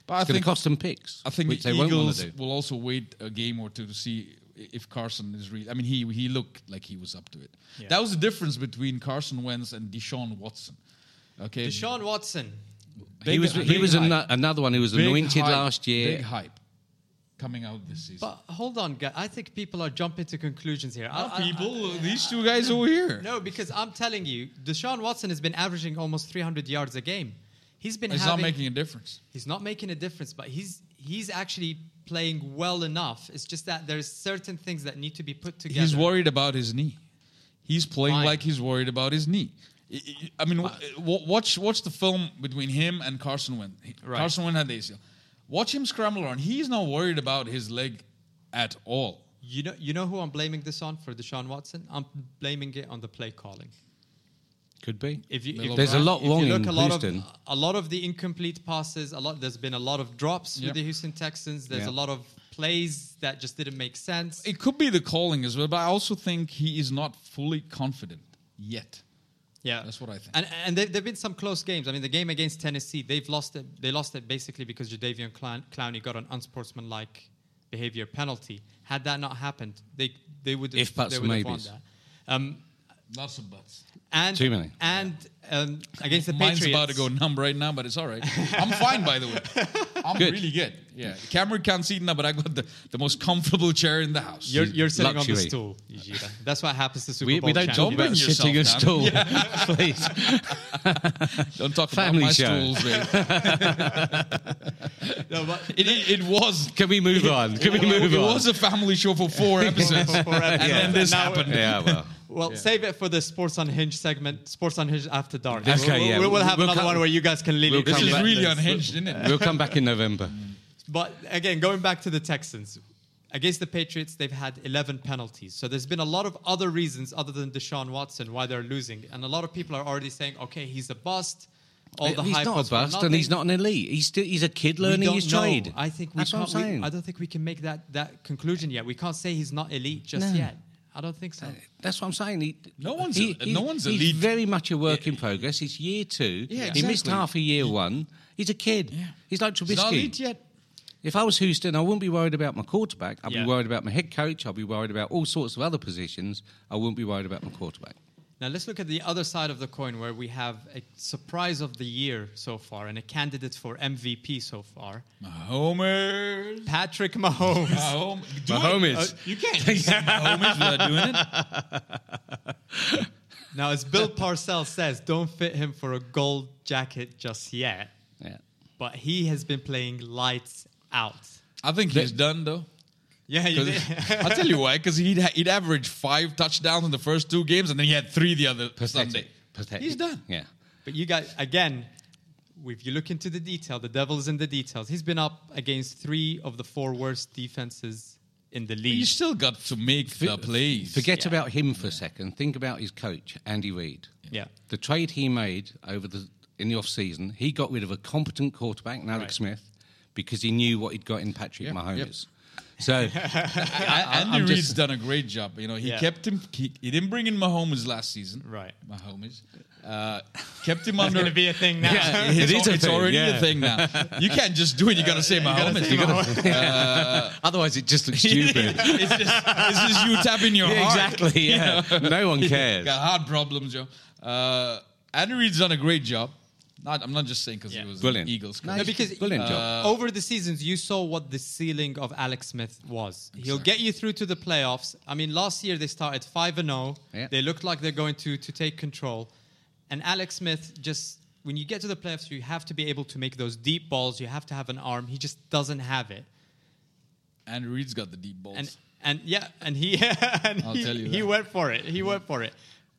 [SPEAKER 3] But I
[SPEAKER 4] it's going
[SPEAKER 3] think-
[SPEAKER 4] to cost them picks,
[SPEAKER 3] I think
[SPEAKER 4] which
[SPEAKER 3] the
[SPEAKER 4] they won't want
[SPEAKER 3] Eagles
[SPEAKER 4] to do.
[SPEAKER 3] will also wait a game or two to see i- if Carson is really. I mean, he he looked like he was up to it. That was the difference between Carson Wentz and Deshaun Watson. Okay,
[SPEAKER 2] Deshaun Watson.
[SPEAKER 3] big-
[SPEAKER 4] he was he
[SPEAKER 3] big
[SPEAKER 4] was
[SPEAKER 3] hype.
[SPEAKER 4] ano- another one who was
[SPEAKER 3] Big
[SPEAKER 4] anointed
[SPEAKER 3] hype.
[SPEAKER 4] last year.
[SPEAKER 3] Big hype coming out this season.
[SPEAKER 2] But hold on, guy. I think people are jumping to conclusions here. I-
[SPEAKER 3] Not
[SPEAKER 2] I-
[SPEAKER 3] people, these two guys over here.
[SPEAKER 2] I- no, because I'm telling you, Deshaun Watson has been averaging almost 300 yards a game. He's been
[SPEAKER 3] it's not
[SPEAKER 2] having,
[SPEAKER 3] making a difference.
[SPEAKER 2] he's not making a difference, but he's he's actually playing well enough. It's just that there's certain things that need to be put together.
[SPEAKER 3] He's worried about his knee. He's playing
[SPEAKER 2] Fine.
[SPEAKER 3] like he's worried about his knee. I- I- I mean, wa- wa- watch watch the film between him and Carson Wentz. He-
[SPEAKER 2] Right.
[SPEAKER 3] Carson Wentz had the ACL. Watch him scramble around. He's not worried about his leg at all.
[SPEAKER 2] You know, you know who I'm blaming this on for Deshaun Watson? I'm blaming it on the play calling.
[SPEAKER 4] Could be.
[SPEAKER 2] If you, if,
[SPEAKER 3] Little
[SPEAKER 4] There's a
[SPEAKER 3] back.
[SPEAKER 4] lot
[SPEAKER 2] if you
[SPEAKER 4] wrong
[SPEAKER 2] look,
[SPEAKER 4] in
[SPEAKER 2] a lot
[SPEAKER 4] Houston.
[SPEAKER 2] of a lot of the incomplete passes. A lot. There's been a lot of drops with
[SPEAKER 3] Yep.
[SPEAKER 2] the Houston Texans. There's
[SPEAKER 4] Yeah.
[SPEAKER 2] a lot of plays that just didn't make sense.
[SPEAKER 3] It could be the calling as well, but I also think he is not fully confident yet.
[SPEAKER 2] Yeah,
[SPEAKER 3] That's what I think.
[SPEAKER 2] And and there have been some close games. I mean, the game against Tennessee, they've lost it. They lost it basically because Jadavian Clown- Clowney got an unsportsmanlike behavior penalty. Had that not happened, they they would have,
[SPEAKER 4] If buts
[SPEAKER 2] they
[SPEAKER 4] and
[SPEAKER 2] would have won
[SPEAKER 4] maybes.
[SPEAKER 2] that. Um,
[SPEAKER 3] Lots of butts.
[SPEAKER 2] and
[SPEAKER 4] Too many.
[SPEAKER 2] And um, against the
[SPEAKER 3] Mine's
[SPEAKER 2] Patriots,
[SPEAKER 3] about to go numb right now, but it's all right. I'm fine, by the way. I'm
[SPEAKER 4] Good.
[SPEAKER 3] really good. Yeah, Cameron can't see it now, but I got the, the most comfortable chair in the house.
[SPEAKER 2] You're, you're sitting on the
[SPEAKER 4] Luxury.
[SPEAKER 2] stool, Yujiro. That's what happens to Super
[SPEAKER 4] We,
[SPEAKER 2] Bowl
[SPEAKER 4] we don't talk
[SPEAKER 2] champions. [laughs]
[SPEAKER 4] about
[SPEAKER 3] Don't bring
[SPEAKER 4] sitting and
[SPEAKER 3] yourself
[SPEAKER 4] stool, please. [laughs]
[SPEAKER 3] [laughs] Don't talk
[SPEAKER 4] Family
[SPEAKER 3] about my
[SPEAKER 4] show.
[SPEAKER 3] stools, babe.
[SPEAKER 2] No,
[SPEAKER 4] [laughs]
[SPEAKER 2] but-
[SPEAKER 3] It, it, it was.
[SPEAKER 4] Can we move on? Can we move
[SPEAKER 3] it
[SPEAKER 4] on?
[SPEAKER 3] was a family show for
[SPEAKER 4] [laughs]
[SPEAKER 3] four episodes,
[SPEAKER 2] For four
[SPEAKER 3] and
[SPEAKER 2] episodes.
[SPEAKER 3] then this
[SPEAKER 2] Now-
[SPEAKER 3] happened.
[SPEAKER 4] yeah, well.
[SPEAKER 2] Well, save it for the Sports Unhinged segment, Sports Unhinged After Dark.
[SPEAKER 4] Okay,
[SPEAKER 2] we'll,
[SPEAKER 4] yeah.
[SPEAKER 2] We'll, we'll have
[SPEAKER 4] We'll
[SPEAKER 2] another
[SPEAKER 4] come-
[SPEAKER 2] one where you guys can
[SPEAKER 4] we'll
[SPEAKER 2] literally
[SPEAKER 4] come
[SPEAKER 3] This is
[SPEAKER 4] back.
[SPEAKER 3] really unhinged, isn't it?
[SPEAKER 4] We'll come back in November.
[SPEAKER 2] But again, going back to the Texans, against the Patriots, they've had 11 penalties. So there's been a lot of other reasons other than Deshaun Watson why they're losing. And a lot of people are already saying, okay, he's a bust. All the
[SPEAKER 4] he's
[SPEAKER 2] hype
[SPEAKER 4] not
[SPEAKER 2] was
[SPEAKER 4] a
[SPEAKER 2] for
[SPEAKER 4] bust, and he's
[SPEAKER 2] nothing.
[SPEAKER 4] not an elite. He's still he's a kid
[SPEAKER 2] We
[SPEAKER 4] learning
[SPEAKER 2] don't
[SPEAKER 4] his
[SPEAKER 2] know.
[SPEAKER 4] trade.
[SPEAKER 2] I think we
[SPEAKER 4] that's
[SPEAKER 2] can't.
[SPEAKER 4] what I'm
[SPEAKER 2] we-
[SPEAKER 4] saying.
[SPEAKER 2] I don't think we can make that, that conclusion yet. We can't say he's not elite just
[SPEAKER 4] No.
[SPEAKER 2] yet. I don't think so.
[SPEAKER 4] That's what I'm saying. He,
[SPEAKER 3] No one's
[SPEAKER 4] he-
[SPEAKER 3] a-
[SPEAKER 4] he-
[SPEAKER 3] no one's
[SPEAKER 4] he's
[SPEAKER 3] elite.
[SPEAKER 4] very much a work in progress. It's year two.
[SPEAKER 3] Yeah,
[SPEAKER 4] He missed
[SPEAKER 3] exactly.
[SPEAKER 4] half a year one. He's a kid. He's like
[SPEAKER 3] It's not elite
[SPEAKER 4] Trubisky.
[SPEAKER 3] yet.
[SPEAKER 4] If I was Houston, I wouldn't be worried about my quarterback. I'd
[SPEAKER 2] Yeah.
[SPEAKER 4] be worried about my head coach. I'd be worried about all sorts of other positions. I wouldn't be worried about my quarterback.
[SPEAKER 2] Now let's look at the other side of the coin where we have a surprise of the year so far and a candidate for MVP so far.
[SPEAKER 3] Homers.
[SPEAKER 2] Patrick Mahomes.
[SPEAKER 3] Mahom- do it.
[SPEAKER 4] Mahomes.
[SPEAKER 3] Uh, you
[SPEAKER 4] [laughs]
[SPEAKER 3] can't. Mahomes without doing it.
[SPEAKER 2] Now, as Bill Parcells says, don't fit him for a gold jacket just yet.
[SPEAKER 4] Yeah.
[SPEAKER 2] But he has been playing lights out.
[SPEAKER 3] I think he's done though.
[SPEAKER 2] Yeah, you
[SPEAKER 3] 'Cause-
[SPEAKER 2] did. [laughs]
[SPEAKER 3] I'll tell you why. Because he'd ha- he'd averaged five touchdowns in the first two games, and then he had three the other Sunday.
[SPEAKER 4] Pathetic.
[SPEAKER 3] He's done.
[SPEAKER 4] Yeah.
[SPEAKER 2] but you guys, again, if you look into the detail, the devil's in the details. He's been up against three of the four worst defenses in the
[SPEAKER 3] You
[SPEAKER 2] league.
[SPEAKER 3] still got to make the plays.
[SPEAKER 4] Forget
[SPEAKER 2] Yeah.
[SPEAKER 4] about him for a second. Think about his coach, Andy Reid.
[SPEAKER 2] Yeah.
[SPEAKER 4] The trade he made over the in the off season, he got rid of a competent quarterback, in Alex Smith, because he knew what he'd got in Patrick
[SPEAKER 3] Yep,
[SPEAKER 4] Mahomes. So [laughs]
[SPEAKER 3] A- Andy
[SPEAKER 4] I'm
[SPEAKER 3] Reid's
[SPEAKER 4] just-
[SPEAKER 3] done a great job. You know, he
[SPEAKER 2] Yeah.
[SPEAKER 3] kept him. He, he didn't bring in Mahomes last season.
[SPEAKER 2] Right.
[SPEAKER 3] Mahomes. Uh,
[SPEAKER 2] [laughs]
[SPEAKER 3] kept him
[SPEAKER 2] It's
[SPEAKER 3] under.
[SPEAKER 2] going to be a thing now. [laughs]
[SPEAKER 3] Yeah, it's,
[SPEAKER 4] It is
[SPEAKER 3] al-
[SPEAKER 4] a
[SPEAKER 3] it's
[SPEAKER 4] thing,
[SPEAKER 3] already a
[SPEAKER 4] yeah.
[SPEAKER 3] thing now. You can't just do it. You got to say
[SPEAKER 2] Uh, gotta
[SPEAKER 3] Mahomes.
[SPEAKER 2] say Mahomes.
[SPEAKER 3] [laughs]
[SPEAKER 4] otherwise it just looks stupid.
[SPEAKER 3] it's just it's just you
[SPEAKER 2] [laughs]
[SPEAKER 3] tapping your
[SPEAKER 4] Yeah,
[SPEAKER 3] heart.
[SPEAKER 4] exactly. Yeah. No one cares.
[SPEAKER 3] Got heart problems, Joe. Uh, Andy Reid's done a great job. Not, I'm not just saying because
[SPEAKER 2] Yeah.
[SPEAKER 3] he was
[SPEAKER 4] Brilliant.
[SPEAKER 3] the Eagles.
[SPEAKER 4] No,
[SPEAKER 3] coach.
[SPEAKER 2] No, because
[SPEAKER 4] Brilliant job.
[SPEAKER 2] over the seasons, you saw what the ceiling of Alex Smith was. He'll get you through to the playoffs. I mean, last year they started five and zero.
[SPEAKER 4] Yeah.
[SPEAKER 2] They looked like they're going to to take control, and Alex Smith just when you get to the playoffs, you have to be able to make those deep balls. You have to have an arm. He just doesn't have it,
[SPEAKER 3] Andy Reid's got the deep balls.
[SPEAKER 2] and and yeah, and he [laughs] and
[SPEAKER 3] I'll
[SPEAKER 2] he,
[SPEAKER 3] tell you
[SPEAKER 2] he
[SPEAKER 3] that.
[SPEAKER 2] went for it. He went for it.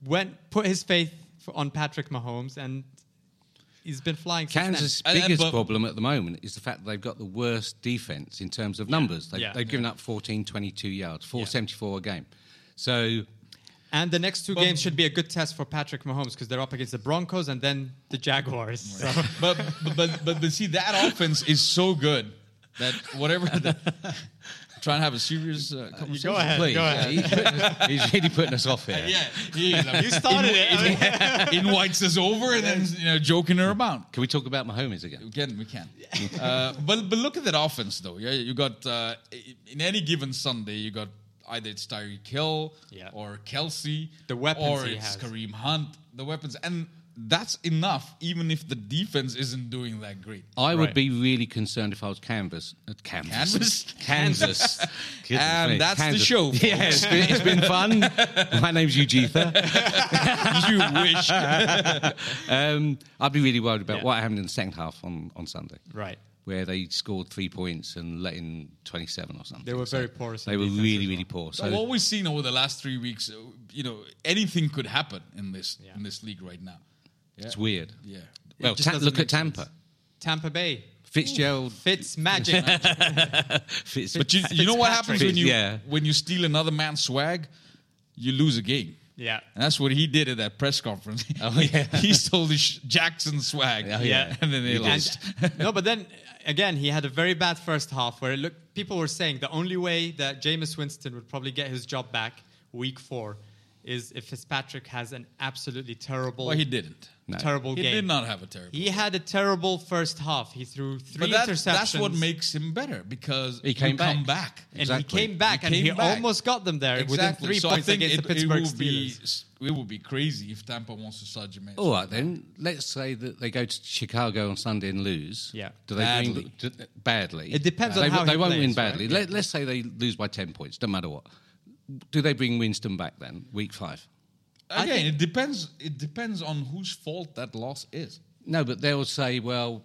[SPEAKER 2] Went put his faith for, on Patrick Mahomes, and he's been flying. since then.
[SPEAKER 4] Kansas'
[SPEAKER 3] And- and-
[SPEAKER 4] biggest
[SPEAKER 3] but-
[SPEAKER 4] problem at the moment is the fact that they've got the worst defense in terms of numbers. They've,
[SPEAKER 2] Yeah.
[SPEAKER 4] they've given up 14, 22 yards, 474 a game. So
[SPEAKER 2] And the next two games should be a good test for Patrick Mahomes because they're up against the Broncos and then the Jaguars.
[SPEAKER 3] [laughs]
[SPEAKER 2] So-
[SPEAKER 3] but, but but but but see that offense is so good that whatever.
[SPEAKER 2] [laughs]
[SPEAKER 3] The, trying to have a serious uh, conversation.
[SPEAKER 2] ahead,
[SPEAKER 4] please,
[SPEAKER 2] go
[SPEAKER 4] yeah, he's, putting us- he's really putting us off here.
[SPEAKER 3] Yeah, geez, I mean,
[SPEAKER 2] [laughs] You started it. I mean- [laughs]
[SPEAKER 3] invites us over and then you know joking her about.
[SPEAKER 4] Can we talk about Mahomes again?
[SPEAKER 3] Again, we can. Uh, but but look at that offense though. Yeah, you got uh, in any given Sunday, you got either it's Tyreek Hill
[SPEAKER 2] Yeah.
[SPEAKER 3] or Kelsey,
[SPEAKER 2] The weapons
[SPEAKER 3] or
[SPEAKER 2] he has.
[SPEAKER 3] it's Kareem Hunt, the weapons, and that's enough. Even if the defense isn't doing that great,
[SPEAKER 4] I would
[SPEAKER 2] Right.
[SPEAKER 4] be really concerned if I was Canvas. At Canvas.
[SPEAKER 3] Canvas?
[SPEAKER 4] [laughs] Kansas. Um, Goodness
[SPEAKER 3] And
[SPEAKER 4] me.
[SPEAKER 3] that's the show, folks.
[SPEAKER 4] Yeah, it's been, it's been [laughs] fun. My name's Ujitha.
[SPEAKER 2] [laughs]
[SPEAKER 3] you wish.
[SPEAKER 4] Um, I'd be really worried about
[SPEAKER 2] Yeah.
[SPEAKER 4] what happened in the second half on, on Sunday.
[SPEAKER 2] right.
[SPEAKER 4] Where they scored three points and let in 27 or something.
[SPEAKER 2] They were very porous.
[SPEAKER 4] They were really, really poor. So
[SPEAKER 3] what we've seen over the last three weeks, uh, you know, anything could happen in this
[SPEAKER 2] Yeah.
[SPEAKER 3] in this league right now.
[SPEAKER 4] it's weird.
[SPEAKER 3] Yeah.
[SPEAKER 4] Well,
[SPEAKER 2] just
[SPEAKER 4] ta-
[SPEAKER 2] doesn't
[SPEAKER 4] look
[SPEAKER 2] make
[SPEAKER 4] at Tampa.
[SPEAKER 2] Tampa Bay.
[SPEAKER 4] Fitzgerald.
[SPEAKER 2] Fitz
[SPEAKER 3] [laughs]
[SPEAKER 4] [laughs]
[SPEAKER 2] magic.
[SPEAKER 4] Fitz,
[SPEAKER 3] But you, you know what happens
[SPEAKER 2] Fitzpatrick.
[SPEAKER 3] when you
[SPEAKER 4] Yeah.
[SPEAKER 3] when you steal another man's swag, you lose a game.
[SPEAKER 2] yeah.
[SPEAKER 3] And that's what he did at that press conference.
[SPEAKER 4] [laughs] Oh, yeah.
[SPEAKER 3] [laughs]
[SPEAKER 4] Oh,
[SPEAKER 3] he stole the sh- Jackson swag.
[SPEAKER 2] yeah.
[SPEAKER 3] [laughs] and then they
[SPEAKER 2] And-
[SPEAKER 3] lost.
[SPEAKER 2] no, but then again, he had a very bad first half where it looked, people were saying the only way that Jameis Winston would probably get his job back week four is if Fitzpatrick has an absolutely terrible,
[SPEAKER 3] Well, he didn't.
[SPEAKER 2] terrible
[SPEAKER 3] He
[SPEAKER 2] game.
[SPEAKER 3] did not have a terrible.
[SPEAKER 2] He had a terrible first half. He threw three
[SPEAKER 3] but that,
[SPEAKER 2] interceptions.
[SPEAKER 3] that's what makes him better because
[SPEAKER 4] He came
[SPEAKER 3] you come back.
[SPEAKER 4] back.
[SPEAKER 2] and
[SPEAKER 4] Exactly.
[SPEAKER 2] he came back
[SPEAKER 3] He
[SPEAKER 2] and
[SPEAKER 3] came
[SPEAKER 2] he
[SPEAKER 3] back.
[SPEAKER 2] almost got them there within
[SPEAKER 3] Exactly.
[SPEAKER 2] three
[SPEAKER 3] so
[SPEAKER 2] points
[SPEAKER 3] I think
[SPEAKER 2] against
[SPEAKER 3] it,
[SPEAKER 2] the Pittsburgh
[SPEAKER 3] it will be
[SPEAKER 2] Steelers.
[SPEAKER 3] s- it will be crazy if Tampa wants to start Jameis.
[SPEAKER 4] All right then. Let's say that they go to Chicago on Sunday and lose.
[SPEAKER 2] Yeah.
[SPEAKER 4] Do they
[SPEAKER 3] Badly.
[SPEAKER 4] win do- badly?
[SPEAKER 2] It depends
[SPEAKER 4] they,
[SPEAKER 2] on how
[SPEAKER 4] They
[SPEAKER 2] he
[SPEAKER 4] won't win
[SPEAKER 2] plays, right?
[SPEAKER 4] badly. Let, let's say they lose by ten points. No matter what. Do they bring Winston back then, week five?
[SPEAKER 2] I
[SPEAKER 3] Again, it depends. It depends on whose fault that loss is.
[SPEAKER 4] No, but they'll say, well,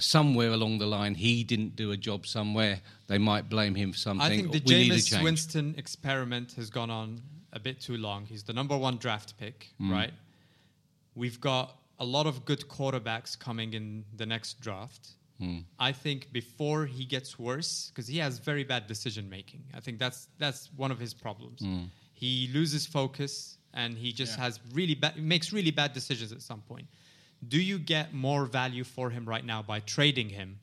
[SPEAKER 4] somewhere along the line, he didn't do a job somewhere. They might blame him for something.
[SPEAKER 2] I think the
[SPEAKER 4] we need a
[SPEAKER 2] Jameis
[SPEAKER 4] change.
[SPEAKER 2] Winston experiment has gone on a bit too long. He's the number one draft pick,
[SPEAKER 4] Mm.
[SPEAKER 2] right? We've got a lot of good quarterbacks coming in the next draft.
[SPEAKER 4] Mm.
[SPEAKER 2] I think before he gets worse, because he has very bad decision making. I think that's that's one of his problems.
[SPEAKER 4] Mm.
[SPEAKER 2] He loses focus and he just
[SPEAKER 3] Yeah.
[SPEAKER 2] has really bad makes really bad decisions at some point. Do you get more value for him right now by trading him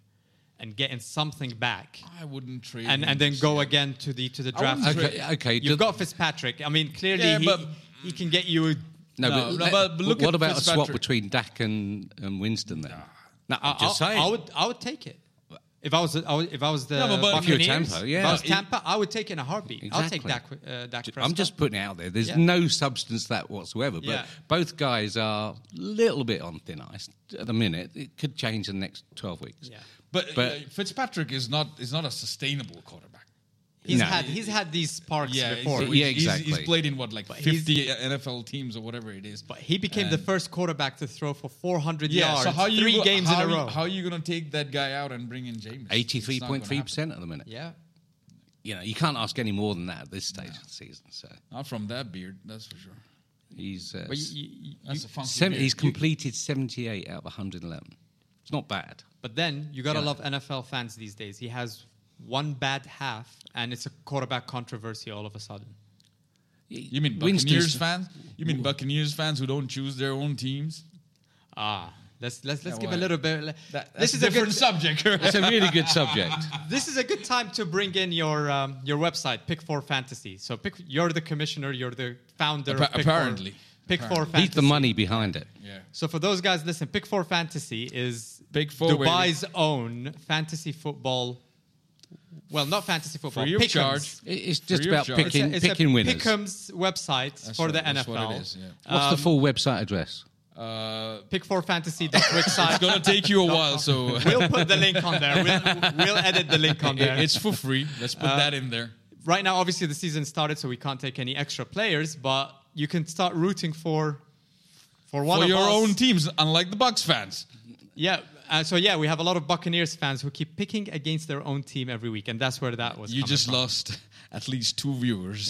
[SPEAKER 2] and getting something back?
[SPEAKER 3] I wouldn't trade
[SPEAKER 2] and
[SPEAKER 3] him
[SPEAKER 2] and then
[SPEAKER 3] this
[SPEAKER 2] go
[SPEAKER 3] year.
[SPEAKER 2] again to the to the
[SPEAKER 3] I
[SPEAKER 2] draft.
[SPEAKER 3] wouldn't
[SPEAKER 4] Okay, okay,
[SPEAKER 2] You've
[SPEAKER 4] do-
[SPEAKER 2] got Fitzpatrick. I mean, clearly
[SPEAKER 3] Yeah,
[SPEAKER 2] he,
[SPEAKER 3] but-
[SPEAKER 2] he can get you. a-
[SPEAKER 3] No,
[SPEAKER 4] No, but,
[SPEAKER 3] no,
[SPEAKER 4] let-
[SPEAKER 3] but look
[SPEAKER 4] what
[SPEAKER 3] at
[SPEAKER 4] about a swap
[SPEAKER 3] Fitzpatrick.
[SPEAKER 4] between Dak and, and Winston then? No,
[SPEAKER 2] I,
[SPEAKER 4] I'm just
[SPEAKER 2] I-
[SPEAKER 4] saying.
[SPEAKER 2] I would I would take it. If I was I would- if I was the
[SPEAKER 3] No, but- but- If
[SPEAKER 4] you're
[SPEAKER 2] Buccaneers,
[SPEAKER 4] Tampa, yeah.
[SPEAKER 2] If I was
[SPEAKER 4] It-
[SPEAKER 2] Tampa, I would take it in a heartbeat. I'll take
[SPEAKER 4] Exactly.
[SPEAKER 2] Dak uh, Dak Prescott.
[SPEAKER 4] I'm just putting it out there. There's
[SPEAKER 2] Yeah.
[SPEAKER 4] no substance to that whatsoever. But
[SPEAKER 2] Yeah.
[SPEAKER 4] both guys are a little bit on thin ice at the minute. It could change in the next 12 weeks.
[SPEAKER 2] Yeah.
[SPEAKER 3] But,
[SPEAKER 4] But-
[SPEAKER 3] uh, Fitzpatrick is not is not a sustainable quarterback.
[SPEAKER 2] he's
[SPEAKER 4] No.
[SPEAKER 2] had he's had these sparks
[SPEAKER 3] Yeah,
[SPEAKER 2] before.
[SPEAKER 3] he's,
[SPEAKER 4] Yeah,
[SPEAKER 3] he's- he's
[SPEAKER 4] exactly.
[SPEAKER 3] played in what like
[SPEAKER 2] he's-
[SPEAKER 3] fifty NFL teams or whatever it is.
[SPEAKER 2] but he became the first quarterback to throw for 400
[SPEAKER 3] yeah,
[SPEAKER 2] yards
[SPEAKER 3] so how you
[SPEAKER 2] three
[SPEAKER 3] go-
[SPEAKER 2] games
[SPEAKER 3] how
[SPEAKER 2] in a
[SPEAKER 3] you-
[SPEAKER 2] row.
[SPEAKER 3] How are you going to take that guy out and bring in James?
[SPEAKER 4] 83.3% at the minute.
[SPEAKER 2] yeah.
[SPEAKER 4] You know, you can't ask any more than that at this stage of the season. So
[SPEAKER 3] Not from that beard, that's for sure.
[SPEAKER 4] he's uh,
[SPEAKER 2] But, you- you- you-
[SPEAKER 3] That's a funky
[SPEAKER 4] Seven,
[SPEAKER 3] beard.
[SPEAKER 4] he's completed 78 out of 111. It's not bad.
[SPEAKER 2] but then you gotta
[SPEAKER 4] Yeah.
[SPEAKER 2] love NFL fans these days. He has one bad half, and it's a quarterback controversy all of a sudden.
[SPEAKER 3] You mean Buccaneers fans? You mean Buccaneers fans who don't choose their own teams?
[SPEAKER 2] Ah, let's let's let's
[SPEAKER 3] Yeah,
[SPEAKER 2] give a
[SPEAKER 3] well,
[SPEAKER 2] little bit. le-
[SPEAKER 3] That, that's
[SPEAKER 2] this is
[SPEAKER 3] a
[SPEAKER 2] a
[SPEAKER 3] different
[SPEAKER 2] good [laughs]
[SPEAKER 3] subject.
[SPEAKER 4] It's a really good subject.
[SPEAKER 2] this is a good time to bring in your um, your website, Pick Four Fantasy. So pick, you're the commissioner, you're the founder. of
[SPEAKER 3] Appa-
[SPEAKER 2] Pick
[SPEAKER 3] apparently.
[SPEAKER 2] Four, Pick Four
[SPEAKER 3] Apparently.
[SPEAKER 2] Fantasy.
[SPEAKER 4] He's the money behind it.
[SPEAKER 3] [laughs] yeah.
[SPEAKER 2] So for those guys, listen, Pick Four Fantasy is
[SPEAKER 3] Pick Four, baby.
[SPEAKER 2] Dubai's own fantasy football. Well, not fantasy football.
[SPEAKER 3] Free of
[SPEAKER 2] Pick'ems.
[SPEAKER 3] charge.
[SPEAKER 4] It- It's just
[SPEAKER 3] Free of
[SPEAKER 4] about
[SPEAKER 3] charge.
[SPEAKER 2] It's a-
[SPEAKER 4] picking,
[SPEAKER 2] it's a
[SPEAKER 4] picking winners.
[SPEAKER 2] Pick'ems website for
[SPEAKER 3] what-
[SPEAKER 2] the
[SPEAKER 3] that's
[SPEAKER 2] NFL.
[SPEAKER 3] what it is,
[SPEAKER 4] What's
[SPEAKER 2] um,
[SPEAKER 4] the full website address?
[SPEAKER 3] Uh, [laughs]
[SPEAKER 2] Pick4fantasy.wixsite.
[SPEAKER 3] it's going to take you a while, so [laughs]
[SPEAKER 2] We'll put the link on there. We'll, we'll edit the link on there.
[SPEAKER 3] it's for free. Let's put that in there.
[SPEAKER 2] right now, obviously, the season started, so we can't take any extra players, but you can start rooting for for one
[SPEAKER 3] For
[SPEAKER 2] of
[SPEAKER 3] your
[SPEAKER 2] us.
[SPEAKER 3] own teams, unlike the Bucks fans.
[SPEAKER 2] Yeah. Uh, so yeah, we have a lot of Buccaneers fans who keep picking against their own team every week, and that's where that was.
[SPEAKER 3] You
[SPEAKER 2] coming
[SPEAKER 3] just
[SPEAKER 2] from.
[SPEAKER 3] lost at least two viewers.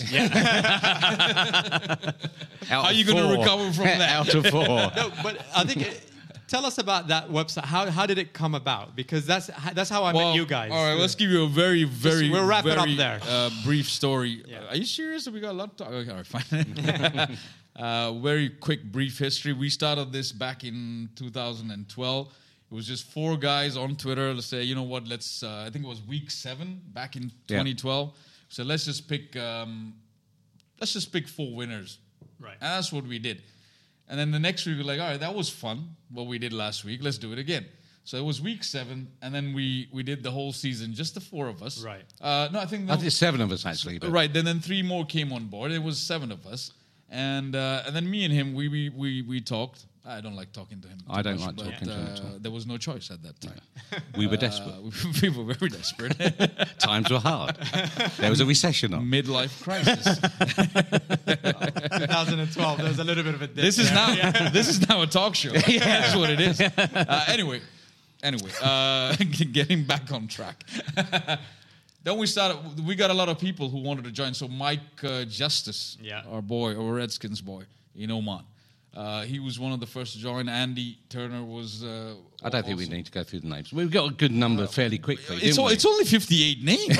[SPEAKER 4] How
[SPEAKER 3] are you gonna recover
[SPEAKER 4] [laughs]
[SPEAKER 3] from that?
[SPEAKER 4] Out
[SPEAKER 2] [laughs]
[SPEAKER 4] of four.
[SPEAKER 2] No, but I think. It, Tell us about that website. How, how did it come about? Because that's that's how I met you guys.
[SPEAKER 3] All right,
[SPEAKER 2] [laughs]
[SPEAKER 3] let's give you a very, very,
[SPEAKER 2] we'll wrap it up
[SPEAKER 3] very,
[SPEAKER 2] there.
[SPEAKER 3] Uh, brief story.
[SPEAKER 2] Yeah.
[SPEAKER 3] Are you serious? that We got a lot to talk. Okay, all right, fine. [laughs] uh, very quick, brief history. We started this back in 2012. It was just four guys on Twitter. Let's say, you know what? Let's. Uh, I think it was week seven back in
[SPEAKER 4] Yeah.
[SPEAKER 3] 2012. So let's just pick. Um, let's just pick four winners.
[SPEAKER 2] Right.
[SPEAKER 3] And that's what we did. And then the next week, we're like, all right, that was fun, what we did last week. Let's do it again. So it was week seven, and then we we did the whole season, just the four of us.
[SPEAKER 2] Right.
[SPEAKER 3] Uh, no, I think,
[SPEAKER 4] I
[SPEAKER 3] that
[SPEAKER 4] think seven of us actually. But
[SPEAKER 3] right. Then then three more came on board. It was seven of us, and uh, and then me and him, we we we, we talked. I don't like talking to him. too
[SPEAKER 4] I don't
[SPEAKER 3] much,
[SPEAKER 4] like
[SPEAKER 3] but,
[SPEAKER 4] talking to him at
[SPEAKER 3] uh, There was no choice at that time.
[SPEAKER 4] We were desperate.
[SPEAKER 3] Uh, [laughs] we were very desperate. [laughs]
[SPEAKER 4] Times were hard. There was a recession on.
[SPEAKER 3] Midlife crisis.
[SPEAKER 2] 2012. There was a little bit of a. Dip
[SPEAKER 3] This is
[SPEAKER 2] there.
[SPEAKER 3] now [laughs] this is now a talk show. That's what it is. Uh, anyway, anyway, uh, [laughs] getting back on track. [laughs] then we started. We got a lot of people who wanted to join. So Mike uh, Justice,
[SPEAKER 2] Yeah.
[SPEAKER 3] our boy, our Redskins boy in Oman, Uh, he was one of the first to join. Andy Turner was. Uh,
[SPEAKER 4] I don't think we need to go through the names. We've got a good number fairly quickly.
[SPEAKER 3] It's,
[SPEAKER 4] didn't
[SPEAKER 3] o-
[SPEAKER 4] we?
[SPEAKER 3] it's only 58
[SPEAKER 4] [laughs]
[SPEAKER 3] names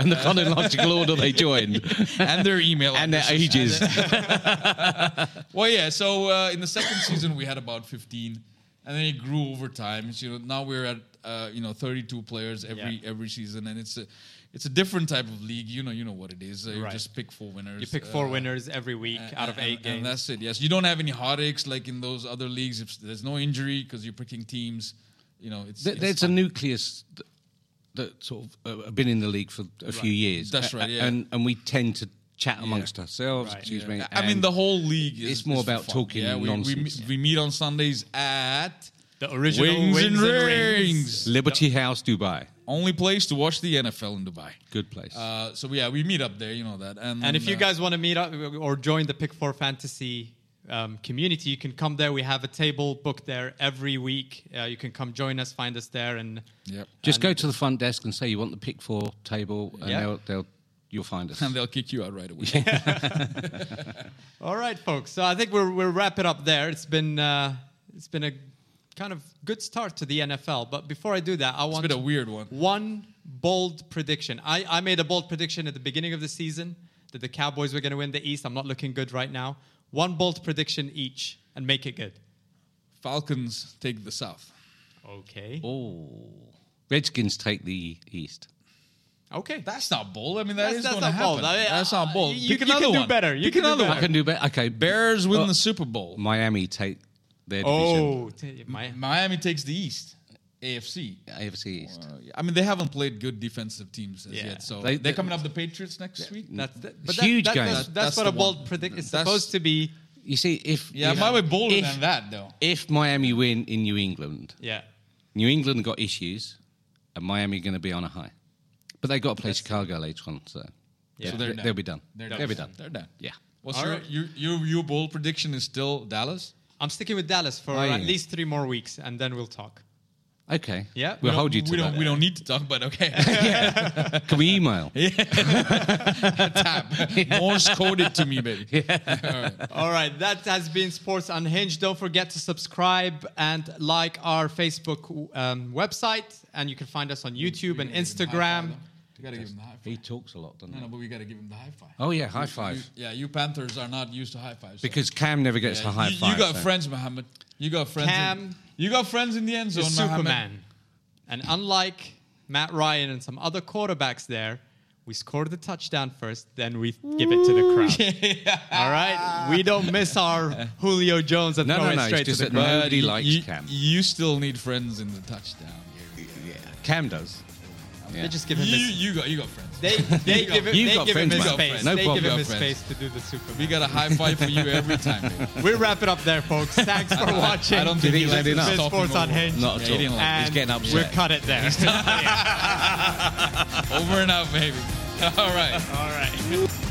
[SPEAKER 4] and the chronological order they
[SPEAKER 3] [laughs]
[SPEAKER 4] joined
[SPEAKER 3] and their email
[SPEAKER 4] and their
[SPEAKER 3] addresses.
[SPEAKER 4] ages.
[SPEAKER 3] Well, yeah. So uh, in the second season, we had about 15, and then it grew over time. So, you know, now we're at uh, you know 32 players every
[SPEAKER 2] Yeah.
[SPEAKER 3] every season, and it's a it's a different type of league. You know, you know what it is. Uh, You
[SPEAKER 2] Right.
[SPEAKER 3] just pick four winners.
[SPEAKER 2] You pick four
[SPEAKER 3] uh,
[SPEAKER 2] winners every week out of
[SPEAKER 3] and-
[SPEAKER 2] eight
[SPEAKER 3] and
[SPEAKER 2] games.
[SPEAKER 3] that's it. Yes, you don't have any heartaches like in those other leagues. If there's no injury because you're picking teams, you know, it's,
[SPEAKER 4] Th-
[SPEAKER 3] it's
[SPEAKER 4] There's a nucleus th- that sort of uh, have been in the league for a few years.
[SPEAKER 3] That's
[SPEAKER 4] A-
[SPEAKER 3] right,
[SPEAKER 4] a-
[SPEAKER 3] yeah.
[SPEAKER 4] And, and we tend to chat amongst ourselves.
[SPEAKER 2] Right.
[SPEAKER 4] Excuse
[SPEAKER 3] Yeah.
[SPEAKER 4] me.
[SPEAKER 3] I mean,
[SPEAKER 4] and-
[SPEAKER 3] the whole league. Is,
[SPEAKER 4] it's more
[SPEAKER 3] is for
[SPEAKER 4] about
[SPEAKER 3] fun.
[SPEAKER 4] talking
[SPEAKER 3] Yeah, we, we,
[SPEAKER 4] nonsense.
[SPEAKER 3] meet- we meet on Sundays at
[SPEAKER 2] The original Wings and Rings.
[SPEAKER 4] Liberty House, Dubai.
[SPEAKER 3] Only place to watch the NFL in Dubai.
[SPEAKER 4] Good place.
[SPEAKER 3] Uh, so yeah, we meet up there. You know that. And,
[SPEAKER 2] And if you
[SPEAKER 3] uh,
[SPEAKER 2] guys want to meet up or join the Pick Four Fantasy um, community, you can come there. We have a table booked there every week. Uh, you can come join us, find us there, and [laughs]
[SPEAKER 3] Yep.
[SPEAKER 4] Just go to the front desk and say you want the pick four table, and
[SPEAKER 2] Yeah.
[SPEAKER 4] they'll, they'll you'll find
[SPEAKER 3] [laughs]
[SPEAKER 4] us.
[SPEAKER 3] And they'll kick you out right away.
[SPEAKER 2] All right, folks. So I think we're we'll wrap it up there. It's been uh, it's been a kind of good start to the NFL. But before I do that, I want
[SPEAKER 3] been a weird one.
[SPEAKER 2] One bold prediction. I, I made a bold prediction at the beginning of the season that the Cowboys were going to win the East. I'm not looking good right now. One bold prediction each, and make it good.
[SPEAKER 3] Falcons take the South.
[SPEAKER 2] Okay.
[SPEAKER 4] Oh, Redskins take the East.
[SPEAKER 2] Okay.
[SPEAKER 3] That's not bold. I mean,
[SPEAKER 2] That's-
[SPEAKER 3] that's
[SPEAKER 2] that's
[SPEAKER 3] not
[SPEAKER 2] not bold.
[SPEAKER 3] bold.
[SPEAKER 2] I mean,
[SPEAKER 3] that's
[SPEAKER 2] uh,
[SPEAKER 3] not bold.
[SPEAKER 2] you-
[SPEAKER 3] Pick
[SPEAKER 2] you can
[SPEAKER 3] another
[SPEAKER 2] do
[SPEAKER 3] one.
[SPEAKER 2] better. You
[SPEAKER 3] Pick
[SPEAKER 2] can do
[SPEAKER 3] another
[SPEAKER 2] better.
[SPEAKER 4] I
[SPEAKER 3] one.
[SPEAKER 4] can do better. Okay,
[SPEAKER 3] Bears win
[SPEAKER 4] Oh,
[SPEAKER 3] the Super Bowl.
[SPEAKER 4] Miami take their division.
[SPEAKER 2] Oh, t- my,
[SPEAKER 3] Miami takes the East. AFC.
[SPEAKER 4] AFC East.
[SPEAKER 3] Uh, I mean, they haven't played good defensive teams as
[SPEAKER 2] Yeah.
[SPEAKER 3] yet. So
[SPEAKER 4] They-
[SPEAKER 3] they, are coming up the Patriots next week.
[SPEAKER 2] that's that,
[SPEAKER 4] Huge
[SPEAKER 2] that,
[SPEAKER 4] game.
[SPEAKER 2] That's,
[SPEAKER 4] That-
[SPEAKER 2] that's
[SPEAKER 3] that's
[SPEAKER 2] what
[SPEAKER 3] the
[SPEAKER 2] a bold
[SPEAKER 3] one.
[SPEAKER 2] prediction is
[SPEAKER 3] That's-
[SPEAKER 2] supposed to be.
[SPEAKER 4] You see, if
[SPEAKER 3] Yeah,
[SPEAKER 4] if,
[SPEAKER 3] my way bolder
[SPEAKER 4] if-
[SPEAKER 3] than that though.
[SPEAKER 4] If Miami win in New England,
[SPEAKER 2] Yeah.
[SPEAKER 4] New England got issues, and Miami going to be on a high. But they got to play Chicago later on, so,
[SPEAKER 2] Yeah.
[SPEAKER 4] so
[SPEAKER 3] They're
[SPEAKER 4] they-
[SPEAKER 3] done.
[SPEAKER 4] they'll be done.
[SPEAKER 3] They're
[SPEAKER 4] They'll be done.
[SPEAKER 3] They're done.
[SPEAKER 4] Yeah.
[SPEAKER 3] What's
[SPEAKER 2] All
[SPEAKER 3] your,
[SPEAKER 2] right.
[SPEAKER 3] your your your bold prediction is still Dallas?
[SPEAKER 2] I'm sticking with Dallas for
[SPEAKER 4] Oh, yeah.
[SPEAKER 2] at least three more weeks, and then we'll talk.
[SPEAKER 4] Okay.
[SPEAKER 2] Yeah.
[SPEAKER 4] We'll
[SPEAKER 2] We
[SPEAKER 4] hold you
[SPEAKER 3] we
[SPEAKER 4] to
[SPEAKER 3] don't
[SPEAKER 4] that.
[SPEAKER 3] we don't need to talk, but okay.
[SPEAKER 4] Can we
[SPEAKER 3] [laughs]
[SPEAKER 4] email? [laughs]
[SPEAKER 3] Morse coded to me, baby. [laughs]
[SPEAKER 2] All right, [laughs] that has been Sports Unhinged. Don't forget to subscribe and like our Facebook um, website, and you can find us on YouTube and Instagram.
[SPEAKER 3] We gotta give him the high five.
[SPEAKER 4] He talks a lot, doesn't
[SPEAKER 3] No,
[SPEAKER 4] he?
[SPEAKER 3] no, but we gotta give him the high five.
[SPEAKER 4] Oh yeah, high
[SPEAKER 3] You-
[SPEAKER 4] five.
[SPEAKER 3] yeah, you Panthers are not used to high fives. so-
[SPEAKER 4] Because Cam never
[SPEAKER 3] Yeah,
[SPEAKER 4] gets a high
[SPEAKER 3] you,
[SPEAKER 4] five.
[SPEAKER 3] You got
[SPEAKER 4] so-
[SPEAKER 3] friends, Mohammed. You got friends.
[SPEAKER 2] Cam
[SPEAKER 3] in, you got friends in the end zone,
[SPEAKER 2] is
[SPEAKER 3] Mohammed.
[SPEAKER 2] Superman, and unlike Matt Ryan and some other quarterbacks, there we score the touchdown first, then we give it to the crowd. [laughs] All right, we don't miss our Julio Jones and
[SPEAKER 4] No,
[SPEAKER 2] throw
[SPEAKER 4] no,
[SPEAKER 2] it
[SPEAKER 4] no, it's
[SPEAKER 2] straight to
[SPEAKER 4] just
[SPEAKER 2] the
[SPEAKER 4] that
[SPEAKER 2] crowd.
[SPEAKER 4] Nobody
[SPEAKER 3] you-
[SPEAKER 4] likes
[SPEAKER 3] you,
[SPEAKER 4] Cam.
[SPEAKER 3] You still need friends in the touchdown.
[SPEAKER 4] Cam does.
[SPEAKER 2] They just give
[SPEAKER 3] You,
[SPEAKER 2] him his.
[SPEAKER 3] you got you got friends.
[SPEAKER 4] [laughs]
[SPEAKER 2] They, they give, him,
[SPEAKER 4] You
[SPEAKER 2] they
[SPEAKER 4] got
[SPEAKER 2] give him
[SPEAKER 4] friends,
[SPEAKER 2] his
[SPEAKER 4] man.
[SPEAKER 2] space.
[SPEAKER 4] No
[SPEAKER 2] they give
[SPEAKER 4] problem.
[SPEAKER 2] him
[SPEAKER 3] You
[SPEAKER 2] his
[SPEAKER 3] got friends.
[SPEAKER 2] space to do the Superman.
[SPEAKER 3] we got a high five for you every time.
[SPEAKER 4] [laughs]
[SPEAKER 3] baby.
[SPEAKER 2] We'll wrap it up there, folks. Thanks for watching.
[SPEAKER 3] I don't think
[SPEAKER 4] think he's had
[SPEAKER 3] he's
[SPEAKER 4] enough?
[SPEAKER 2] This is Sports Unhinged.
[SPEAKER 4] Not
[SPEAKER 3] Yeah,
[SPEAKER 4] at
[SPEAKER 3] he
[SPEAKER 4] all.
[SPEAKER 3] didn't like
[SPEAKER 2] and
[SPEAKER 4] He's getting upset.
[SPEAKER 2] We'll cut it there.
[SPEAKER 3] Over and out, baby. [laughs] All right.
[SPEAKER 2] All right.